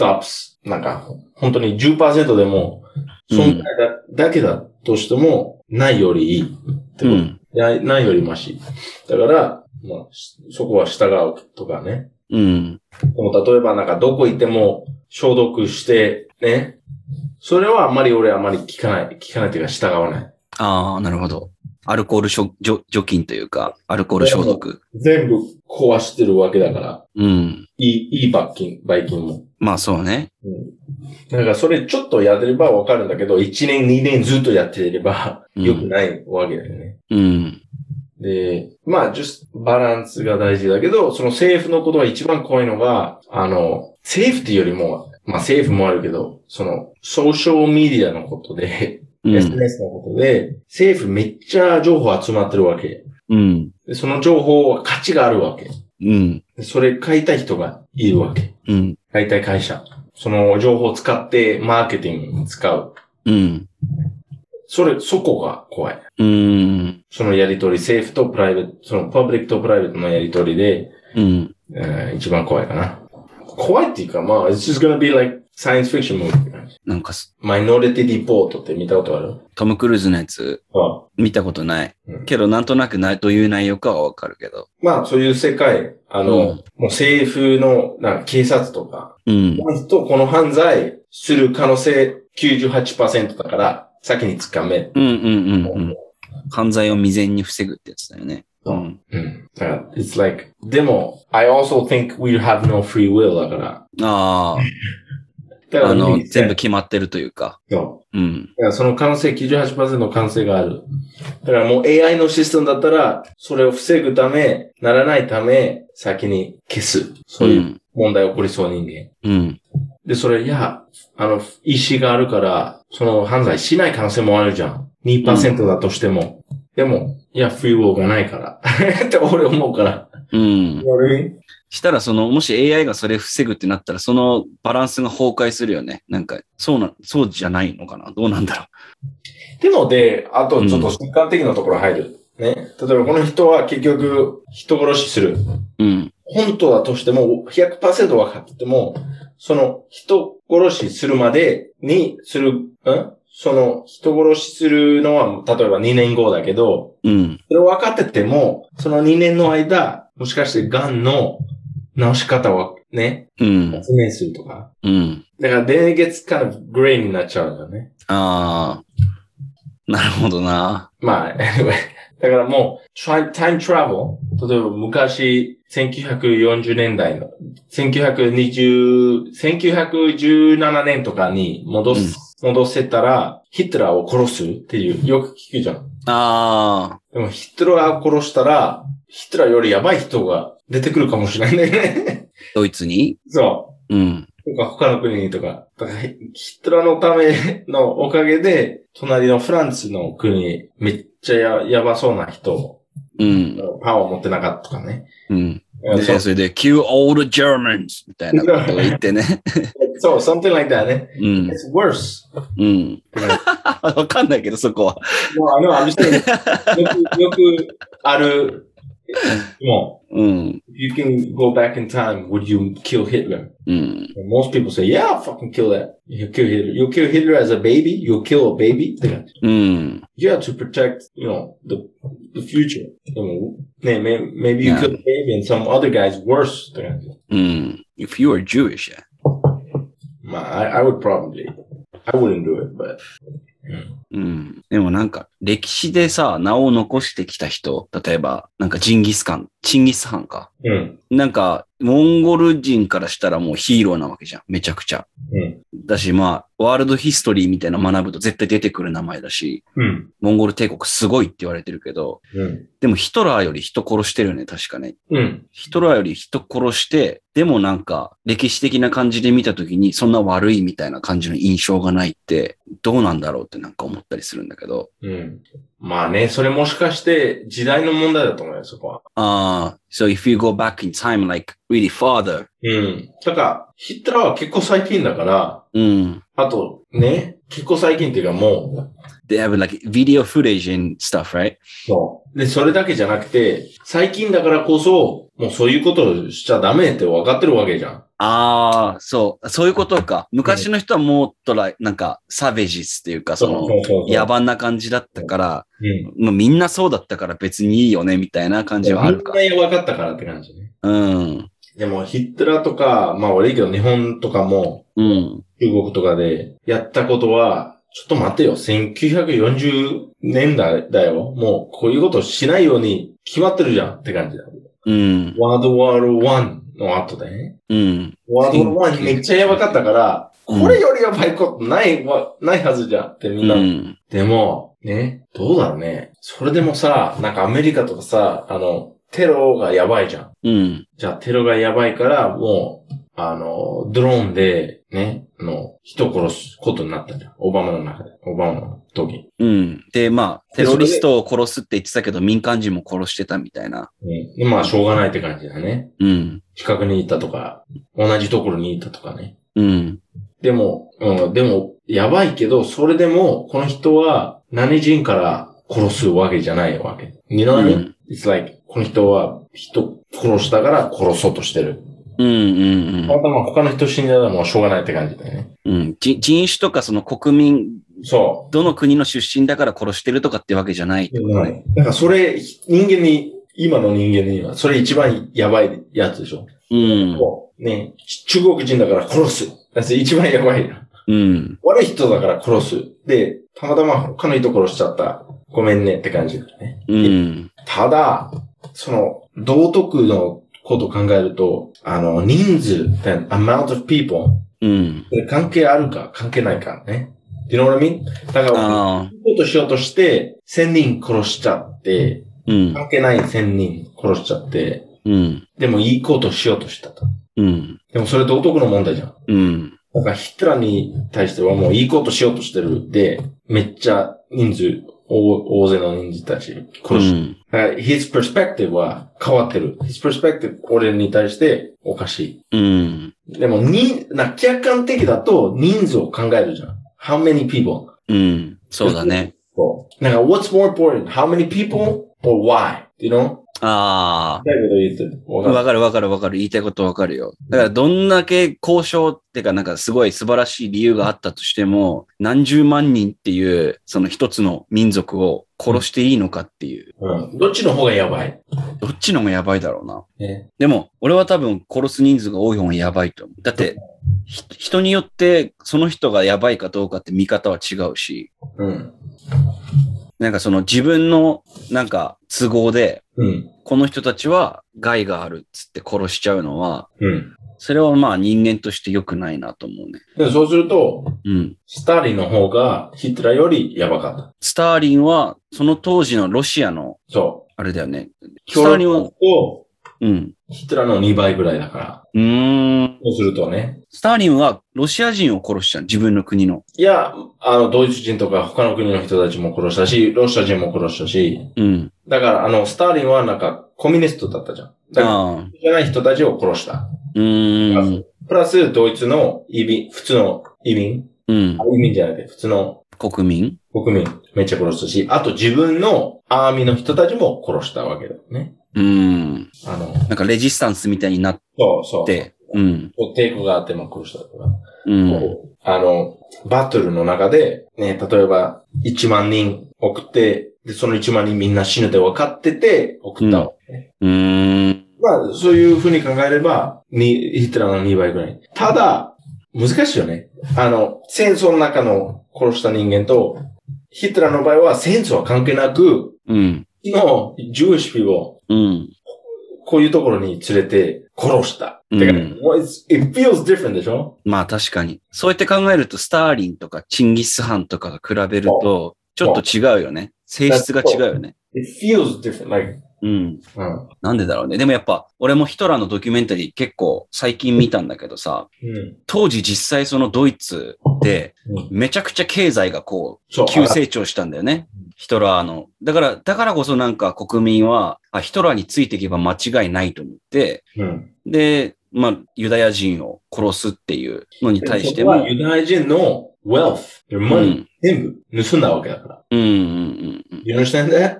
B: stops. なんか、本当に10%でも、
A: うん
B: 存在だ,、だけだとしても、ないよりいいってこと。
A: うん。
B: ないないよりマシ。だから、まあ、しそこは従うとかね。
A: うん。
B: でも例えばなんかどこ行っても消毒して、ね。それはあんまり俺はあんまり聞かない。聞かないというか従わない。
A: ああ、なるほど。アルコール除除除菌というか、アルコール消毒。
B: 全部壊してるわけだから。
A: うん。
B: いい、いい罰金、罰金も。
A: まあそうね。
B: だからそれちょっとやってればわかるんだけど、1年2年ずっとやってれば
A: うん
B: 良くないわけだよね。
A: うん。
B: で、まあ、just バランスが大事だけど、その政府のことが一番怖いのが、あの、政府っていうよりも、まあ政府もあるけど、その、ソーシャルメディアのことで、
A: うん。
B: SNS のことで、政府めっちゃ情報集まってるわけ。
A: うん。
B: でその情報は価値があるわけ。
A: うん。
B: でそれ買いたい人がいるわけ。
A: うん。
B: 大体会社。その情報を使ってマーケティングに使う。
A: うん。
B: それ、そこが怖い。
A: うん。
B: そのやりとり、政府とプライベート、そのパブリックとプライベートのやりとりで、
A: うん。
B: えー一番怖いかな。怖いっていうか、まあ、it's just gonna be like science fiction movie.
A: なんかす、
B: マイノリティリポートって見たことある
A: トム・クルーズのやつ、
B: あ
A: 見たことない
B: うん。
A: けど、なんとなくないという内容かはわかるけど。
B: まあ、そういう世界、あの、
A: うん
B: もう政府の、なんか警察とか、
A: うん。
B: とこの犯罪する可能性98%だから、先に掴め
A: うんうんうんうん。犯罪を未然に防ぐってやつだよね。
B: そう
A: うん。
B: うん。だから、it's like, でも、I also think we have no free will だから。
A: あ
B: だか
A: あ、
B: ら、
A: あの、
B: ね
A: 全部。決まってるというか。
B: そう
A: うん。
B: だからその可能性、98%の可能性がある。だからもう AI のシステムだったら、それを防ぐため、ならないため、先に消す。そういう
A: う。
B: 問題起こりそう人間。
A: うん。
B: で、それ、いや、あの、意思があるから、その犯罪しない可能性もあるじゃん。2%だとしても。でも、いや、free will がないから。 って俺思うから。
A: うん。したら、その、もし AI がそれ防ぐってなったら、そのバランスが崩壊するよね。なんか、そうな、そうじゃないのかなどうなんだろ
B: でもで、あとちょっと瞬間的なところ入る。ね。例えばこの人は結局人殺しする。
A: う。うん。
B: 本当だとしても100%分かってても、その人殺しするまでにする、んその人殺しするのは例えば2年後だけど、
A: うん。
B: それを分かってても、その2年の間、もしかして癌の治し方をね、
A: うん。
B: 説明するとか。
A: うん。
B: だから、電月からグレーになっちゃうんだよね。
A: ああ。なるほどな。
B: まあ、anyway。だからもう、try- time travel。例えば昔、1940年代の、1920、1917年とかに戻す、戻せたら、ヒトラーを殺すっていう、よく聞くじゃん。
A: ああ。
B: でもヒトラーを殺したら、ヒトラーよりやばい人が出てくるかもしれないね。
A: ドイツに
B: そう。
A: うん。
B: とか、他の国とか。だから、ヒトラーのためのおかげで、隣のフランスの国、めっちゃややばそうな人、
A: うん。
B: パワーを持ってなかったとかね。
A: うん。
B: そ
A: で、
B: う、
A: それで、kill all the Germans! みたいなことを言ってね。
B: そう something like that ね。
A: うん。
B: It's worse.
A: うん。わかんないけど、そこは。
B: もう、あの、あの人、よく、よくある、も
A: うん。
B: う、you can go back in time, would you kill Hitler?
A: うん。
B: And most people say, yeah, I'll fucking kill that. You kill Hitler. You kill Hitler as a baby? You kill a baby? って感じ
A: うん。
B: yeah, to protect, you know, the the future. You know, may- may- maybe you
A: Yeah.
B: could maybe and some other guy's worse than
A: うん。If you are Jewish,
B: my, I, I would probably. I wouldn't do it, but
A: うん。でもなんか、歴史でさ、名を残してきた人、例えば、なんかジンギスカン、チンギスハンか。
B: mm,
A: なんか、モンゴル人からしたらもうヒーローなわけじゃん。めちゃくちゃ。
B: mm,
A: だし、まあ、ワールドヒストリーみたいなの学ぶと絶対出てくる名前だし、
B: mm,
A: モンゴル帝国すごいって言われてるけど、
B: mm,
A: でもヒトラーより人殺してるよね、確かね。
B: mm.
A: ヒトラーより人殺して、でもなんか歴史的な感じで見たときにそんな悪いみたいな感じの印象がないってどうなんだろうってなんか思ったりするんだけど。
B: うん。まあね、それもしかして時代の問題だと思うよ、そこは。
A: ああ、so if you go back in time like really farther.
B: うん。だから、ヒトラーは結構最近だから、
A: うん。
B: あと、ね、結構最近っていうかも
A: They have like video footage and stuff, right?
B: う、そう。で、それだけじゃなくて、最近だからこそ、もうそういうことしちゃダメって分かってるわけじゃん。
A: ああ、そう、そういうことか。昔の人はもっとら、なんか、サベジスっていうか、その、
B: うそう
A: 野蛮な感じだったから、
B: うん。
A: もうみんなそうだったから別にいいよね、みたいな感じはあるか。
B: みんな分かったからって感じね。
A: うん。
B: でもヒトラーとか、まあ悪いけど日本とかも、
A: うん。
B: 中国とかでやったことは、ちょっと待てよ、1940年代だよ。もうこういうことしないように決まってるじゃんって感じだ。
A: うん。
B: ワールドワールド1の後だね。
A: うん。
B: ワールドワンめっちゃやばかったから、
A: うん
B: これよりやばいことないわ、ないはずじゃんってみんな。
A: うん。
B: でも、ね、どうだろうね。それでもさ、なんかアメリカとかさ、あの、テロがやばいじゃん。
A: うん。
B: じゃあテロがやばいから、もう、あの、ドローンで、ね、あの、人殺すことになったじゃん。オバマの中で。オバマの時。
A: うん。で、まあ、テ
B: で
A: ロリストを殺すって言ってたけど、民間人も殺してたみたいな。
B: ね、でまあ、しょうがないって感じだね。
A: うん。
B: 近くにいたとか、同じところにいたとかね。
A: うん。
B: でも、うん、でも、やばいけど、それでも、この人は何人から殺すわけじゃないわけ。You
A: う
B: know
A: ん。
B: what
A: う
B: I mean?
A: ん
B: It's like, この人は人殺したから殺そうとしてる。。
A: うん
B: たまたま他の人死んだらもうしょうがないって感じだよね。
A: うん。人人種とか、その国民、
B: そ
A: どの国の出身だから殺してるとかってわけじゃないって
B: う。
A: ことね。
B: だからそれ、人間に、今の人間には、それ一番やばいやつでしょ。
A: うん。
B: こうね、中国人だから殺す。だって一番やばいな。
A: うん。
B: 悪い人だから殺す。で、たまたま他の人殺しちゃった。ごめんねって感じだよね。
A: うん。
B: ただ、その、道徳のことを考えると、あの、人数、then amount of people、
A: うん。
B: これ関係あるか関係ないかね。You know what I mean? だから、
A: ああ。
B: ことしようとして、千人殺しちゃって、
A: うん。
B: 関係ない千人殺しちゃって、
A: うん。
B: でもいいことしようとしたと。
A: うん。
B: でもそれ道徳の問題じゃん。
A: うん。
B: だからヒトラーに対してはもういいことしようとしてる。で、めっちゃ人数、大大勢の人数たち
A: う
B: 殺し
A: ん。
B: だから his perspective は変わってる。his perspective 俺に対しておかし
A: うん。
B: い。でも、に、な、客観的だと人数を考えるじゃん。how many people?
A: うん。そうだね。
B: そうなんか、what's more important? how many people or why? you know?
A: ああ。
B: だけど言ってる。わか
A: わかるわかるわかる。言いたいことわかるよ。だからどんだけ交渉っていうかなんかすごい素晴らしい理由があったとしても、何十万人っていうその一つの民族を殺していいのかっていう。
B: るうん。どっちの方がやばい
A: どっちの方がやばいだろうな。
B: ね。
A: でも、俺は多分殺す人数が多い方がやばいと思う。だって、ひ人によってその人がやばいかどうかって見方は違うし、
B: うん。
A: なんかその自分のなんか都合で、
B: うん。
A: この人たちは害があるっつって殺しちゃうのは、
B: うん。
A: それはまあ人間として良くないなと思うね。
B: で、そうすると、
A: うん。
B: スターリンの方がヒトラーよりやばかった。
A: スターリンは、その当時のロシアの、
B: そ
A: あれだよね。
B: う。
A: スターリンは
B: 共和、国と
A: うん。
B: ヒトラーの2倍ぐらいだから。
A: うーん。
B: そうするとね。
A: スターリンはロシア人を殺したの自分の国の。
B: いや、あの、ドイツ人とか他の国の人たちも殺したし、ロシア人も殺したし、
A: うん。
B: だから、あの、スターリンはなんか、コミュニストだったじゃん。だから、
A: ああ。
B: じゃない人たちを殺した。
A: うーん。
B: プラス、ドイツの移民、普通の移民
A: うん
B: あ。移民じゃなくて、普通の
A: 国民
B: 国民めっちゃ殺したし、あと自分のアーミーの人たちも殺したわけだよね。
A: うん。
B: あの、
A: なんかレジスタンスみたいになっ
B: そうそう。
A: て、うん。
B: 抵抗があっても殺したとか。
A: うん。
B: あの、バトルの中で、ね、例えば、1万人送って、で、その1万人みんな死ぬって分かってて、送ったわけね、
A: うーん。
B: まあ、そういうふうに考えれば、に、ヒトラーの2倍ぐらい。ただ、難しいよね。あの、戦争の中の殺した人間と、ヒトラーの場合は戦争は関係なく、
A: うん。
B: の、ジューシピを、
A: うん。
B: こういうところに連れて殺した。
A: うん
B: てか、もう it's- it feels different でしょ
A: まあ確かに。そうやって考えると、スターリンとかチンギス・ハンとかが比べると、ちょっと違うよね。性質が違うよね。
B: It feels different, like,
A: うん。
B: うん。
A: なんでだろうね。でもやっぱ、俺もヒトラーのドキュメンタリー結構最近見たんだけどさ、
B: うん。
A: 当時実際そのドイツで
B: うん、
A: めちゃくちゃ経済がこ
B: そう
A: う、。急成長したんだよね
B: うん。
A: ヒトラーの。だから、だからこそなんか国民は、あ、ヒトラーについていけば間違いないと思って、
B: うん。
A: で、まあ、ユダヤ人を殺すっていうのに対して
B: そこ
A: も
B: は、ユダヤ人の wealth, your
A: う
B: money,、
A: ん、
B: 全部盗んだわけだから。
A: うん、うん、うんうん。
B: You understand that?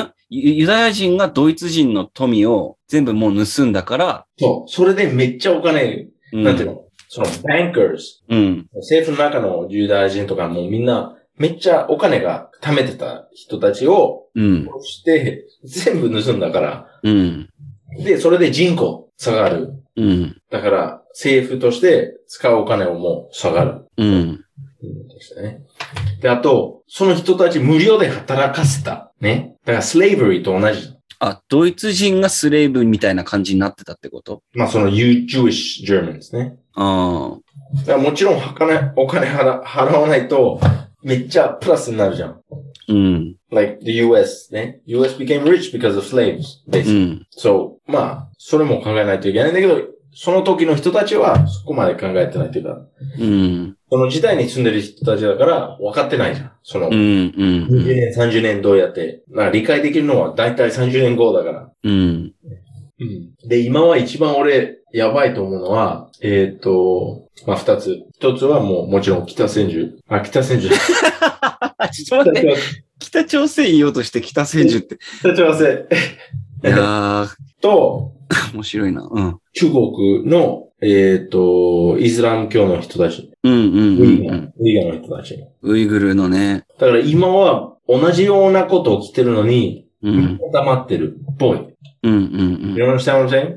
A: んユユダヤ人がドイツ人の富を全部もう盗んだから、
B: そう。それでめっちゃお金、
A: うん、
B: なんていうのその、バンカーズ、
A: うん。
B: 政府の中のユダヤ人とかもうみんな、めっちゃお金が貯めてた人たちを
A: うん。
B: 殺して、全部盗んだから。
A: うん。
B: で、それで人口下がる。
A: うん。
B: だから、政府として使うお金をもう下がる。
A: うん。
B: ね。で、あと、その人たち無料で働かせた。ね。だから、スレイブリーと同じ。
A: あ、ドイツ人がスレイブみたいな感じになってたってこと
B: まあ、その、you Jewish German ですね。
A: ああ。
B: だからもちろん、はかないお金払払わないと、めっちゃプラスになるじゃん。
A: うん。
B: like the US ね。US became rich because of slaves,
A: う
B: basically.、
A: ん。
B: So, まあ、それも考えないといけないんだけど、その時の人たちはそこまで考えてないというか、
A: うん。
B: その時代に住んでる人たちだから分かってないじゃん。その、
A: うん。う
B: 20
A: ん。
B: 年、30年どうやって。まあ理解できるのは大体30年後だから。
A: うん。
B: で、今は一番俺、やばいと思うのは、えーっ、と、まあ、二つ。一つはもう、もちろん北千住。あ、北千住。
A: あ、ちょっと待って。北朝鮮言おうとして北千住って。
B: 北朝鮮。
A: いやー、
B: と、
A: 面白いな。うん。
B: 中国の、えっ、と、イスラム教の人たち。
A: うんうん
B: ウ
A: う
B: イ
A: ん
B: ガ
A: う
B: ー
A: ん。
B: ウイガーの人たち。
A: ウイグルのね。
B: だから今は同じようなことを着てるのに、
A: う
B: みん
A: ん。
B: な黙ってるっぽい。
A: うんうんうん。
B: You understand what I'm saying?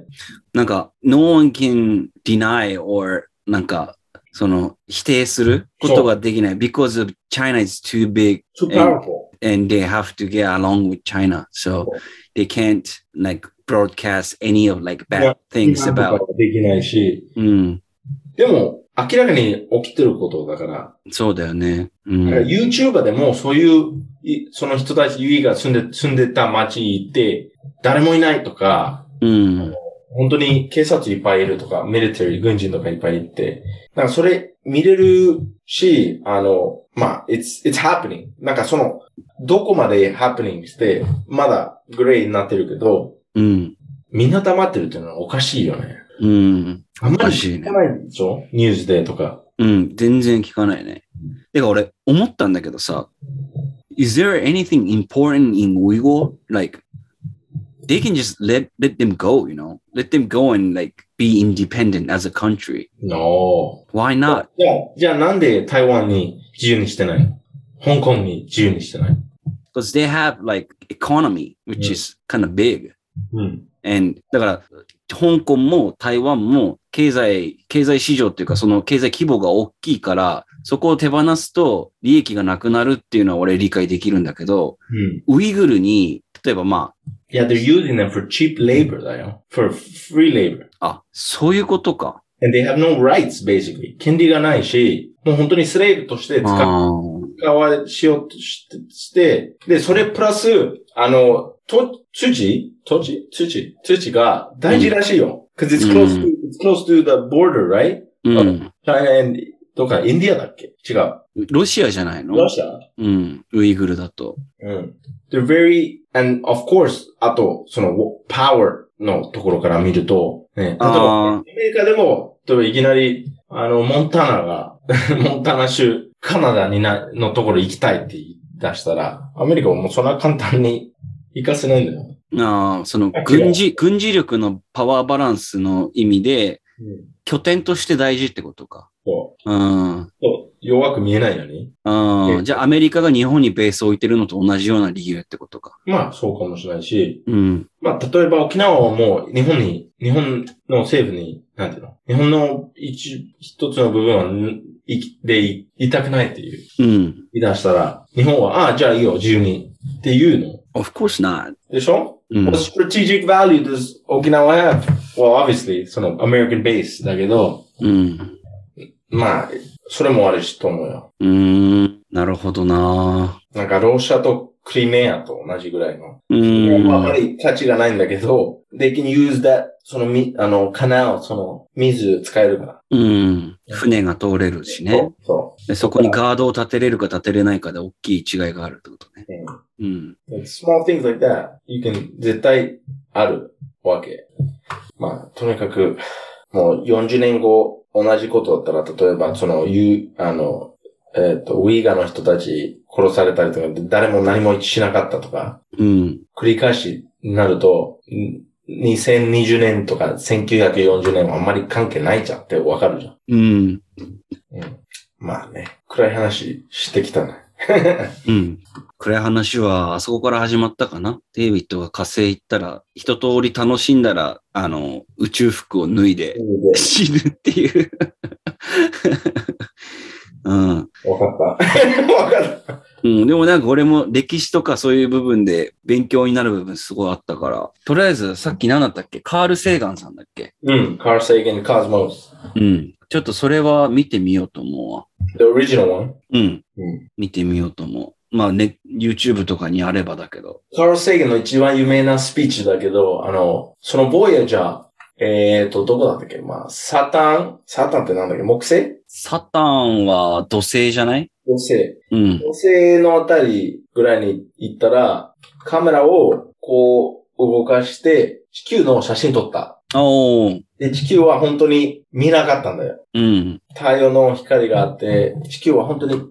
A: なんか、no one can deny or なんか、その、否定することができない。because of China is too big
B: Too powerful.
A: and they have to get along with China. So they can't like broadcast any of like bad things
B: 批判と
A: about.
B: かはできないし。
A: うん。
B: でも、明らかに起きてることだから。
A: そうだよね。う
B: だから
A: ん。
B: YouTuber でもそういう、いその人たち、ユイが住んで、住んでた街行って、誰もいないとか、
A: うん。
B: 本当に警察いっぱいいるとか、ミリタリー、軍人とかいっぱいいて、なんかそれ見れるし、あの、まあ、it's, it's happening. なんかその、どこまで happening して、まだグレーになってるけど、
A: うん。
B: みんな黙ってるっていうのはおかしいよね。
A: うん。
B: あんま
A: おか
B: り
A: しい
B: 聞
A: ね
B: かないでしょニュースでとか。
A: うん、全然聞かないね。てか俺、思ったんだけどさ、Is there anything important in Uyghur? Like, they can just let, let them go, you know? Let them go and like be independent as a country.
B: No.
A: Why
B: じ
A: not?
B: ゃあ、じゃあなんで台湾に自由にしてないの香港に自由にしてない
A: Because they have like economy, which is kind of big.
B: うん。
A: And だから、香港も台湾も経済、経済市場っていうか、その経済規模が大きいから、そこを手放すと利益がなくなるっていうのは俺理解できるんだけど、
B: うん。
A: ウイグルに、例えばま
B: Yeah, they're using them for cheap labor だよ。for free labor.
A: あ、あ、そういうことか。
B: And they have no rights, basically. 権利がないし、もう本当にスレイブとして使
A: あ
B: 使わしようとして、してで、それプラス、あの、と、土土地土土が大事らしいよ。because it's close
A: うん
B: to, it's close to the border, right?
A: ーうん。
B: China and, どっか、インディアだっけ違う。
A: ロシアじゃないの
B: ロシア
A: うん。ウイグルだと。
B: うん。They're very, and of course, あと、その、power のところから見ると、ね、例えば、
A: あ
B: アメリカでも、例えばいきなり、あの、モンタナが、 モンタナ州、カナダにな、のところ行きたいって言い出したら、アメリカはもうそんな簡単に行かせないんだよ。
A: ーあー、その軍事、軍事力のパワーバランスの意味で、拠点として大事ってことか。
B: そう
A: うん。あ
B: そう弱く見えないように。
A: ーじゃあアメリカが日本にベースを置いてるのと同じような理由ってことか。
B: まあ、そうかもしれないし、
A: うん。
B: まあ、例えば沖縄はもう日本に、日本の政府に、なんていうの日本の一、一つの部分は、んいきでい、いたくないっていう、
A: うん。
B: 言い出したら、日本は、ああ、じゃあいいよ、自由に、っていうの。
A: Of course not.
B: でしょ
A: うん。
B: What strategic value does Okinawa have? Well, obviously, その American base だけど、
A: うん。
B: まあ、それもあるしと思うよ。
A: うーん。なるほどな。
B: なんか、ロシアとクリメアと同じぐらいの。
A: う
B: まああま
A: ん。
B: り価値がないんだけど、they can use that, そのみ、あの、カナを、その、水使えるから。
A: うん。船が通れるしね。
B: そう。
A: でそこにガードを立てれるか立てれないかで大きい違いがあるってことね。
B: そう
A: うん。
B: うん Like small things like that, you can, 絶対あるわけ。まあ、とにかく、もう40年後、同じことだったら、例えば、その、ゆあの、えっ、と、ウィーガーの人たち殺されたりとか、誰も何もしなかったとか、
A: うん。
B: 繰り返しになると、ん2020年とか1940年はあんまり関係ないじゃんってわかるじゃん。
A: うん。
B: うん、まあね、暗い話してきたね。
A: うん。暗い話は、あそこから始まったかな。デイビッドが火星行ったら、一通り楽しんだら、あの、宇宙服を脱いで死ぬっていう。 うん。
B: わかった。 わかった。
A: うん、でもなんか俺も歴史とかそういう部分で勉強になる部分すごいあったから、とりあえずさっき何だったっけカール・セーガンさんだっけ
B: うん、Carl Sagan, Cosmos.
A: うん。ちょっとそれは見てみようと思うわ。
B: The original one.
A: うん。
B: うん
A: 見てみようと思う。まあね、YouTube とかにあればだけど。
B: Carl Sagan の一番有名なスピーチだけど、あの、その Voyager、えーと、どこだったっけまあ、サタン、サタンってなんだっけ木星
A: サタンは土星じゃない
B: 土星。
A: うん。
B: 土星のあたりぐらいに行ったら、カメラをこう動かして、地球の写真撮った。
A: おー。
B: で、地球は本当に見なかったんだよ。
A: うん。
B: 太陽の光があって、地球は本当にピッ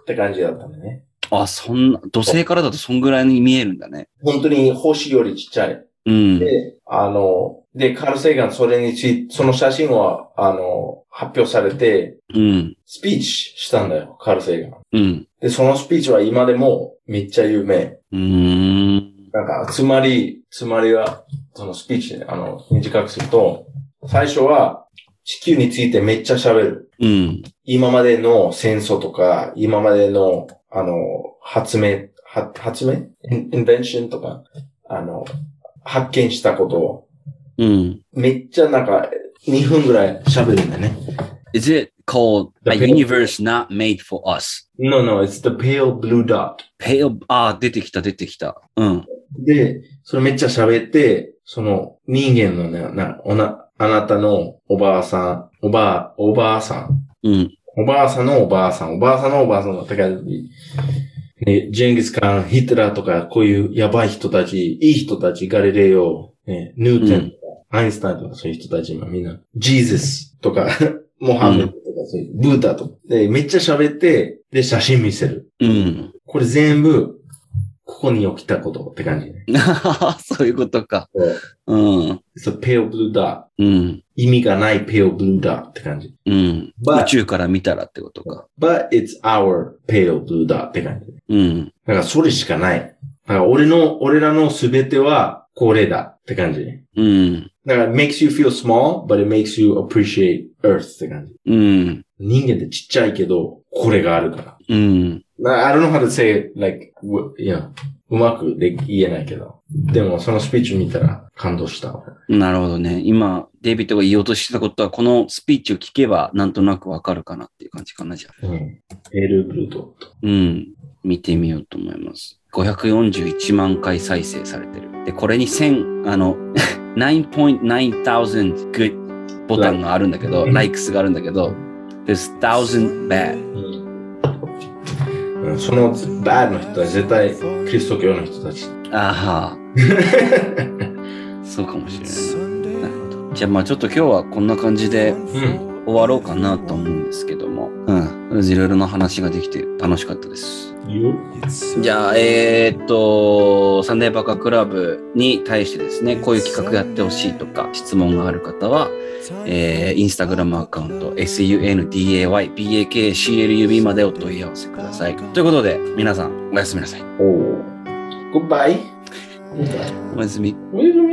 B: って感じだったんだよね。
A: あ、そんな、土星からだとそんぐらいに見えるんだね。
B: 本当に星よりちっちゃい。
A: うん。
B: で、あの、で、カール・セイガンそれについその写真は、あの、発表されて、
A: うん。
B: スピーチしたんだよ、カール・セイガン。
A: うん。
B: で、そのスピーチは今でもめっちゃ有名。
A: うーん。
B: なんか、つまり、つまりは、そのスピーチね、あの、短くすると、最初は地球についてめっちゃ喋る。
A: うん。
B: 今までの戦争とか、今までの、あの、発明、は発明インベンションとか、あの、発見したことを、
A: うん。
B: めっちゃなんか、2分ぐらい喋るんだよね。
A: Is it called a
B: The pale-
A: universe not made for us?
B: No, no, it's the pale blue dot.
A: pale, あー、出てきた、出てきた。うん。
B: で、それめっちゃ喋って、その人間のね、な、おな、あなたのおばあさん、おばあ、おばあさん、
A: うん。
B: おばあさんのおばあさん、おばあさんのおばあさんだったから、ね、ジェンギスカン、ヒトラーとか、こういうやばい人たち、いい人たち、ガリレオ、ね、ニューテンとか、アインシュタインとかそういう人たち、今みんな、ジーゼスとか、 モハメドとか、そういう、ブータとか。で、めっちゃ喋って、で、写真見せる。
A: うん。
B: これ全部、ここに起きたことって感じね。
A: そういうことか。うん。
B: It's a pale blue dot.
A: うん。
B: 意味がない pale blue dot って感じ。
A: うん。宇
B: But,
A: 宙から見たらってことか。
B: but it's our pale blue dot って感じ。
A: うん。
B: だからそれしかない。だから俺の、俺らのすべてはこれだって感じ。
A: うん。
B: だから makes you feel small, but it makes you appreciate earth って感じ。
A: うん。
B: 人間ってちっちゃいけど、これがあるから。
A: うん。
B: な I don't know how to say it, like, w- yeah. うまくで言えないけど。でも、そのスピーチ見たら感動した。
A: なるほどね。今、デイビッドが言おうとしてたことは、このスピーチを聞けば、なんとなくわかるかなっていう感じかな、じゃあ。
B: うん。ペルブルド。
A: うん。見てみようと思います。541万回再生されてる。で、これに1000、あの、9.9 thousand good ボタンがあるんだけど、
B: Like
A: likes があるんだけど、there's thousand bad.
B: うん。そのバーの人は絶対キリスト教の人たち。
A: ああ。そうかもしれないな。な
C: Sunday.
A: るほど。じゃあまあちょっと今日はこんな感じで
C: Mm.
A: 終わろうかなと思うんですけども。うん。いろいろな話ができて楽しかったです。
C: It's
A: じゃあ、えーっと、サンデーバカクラブに対してですね、こういう企画やってほしいとか、質問がある方は、えー、インスタグラムアカウント、sundaybakclub までお問い合わせください。ということで、皆さん、おやすみなさい。
B: Oh. おお。Goodbye.
A: おやすみ。
B: Goodbye.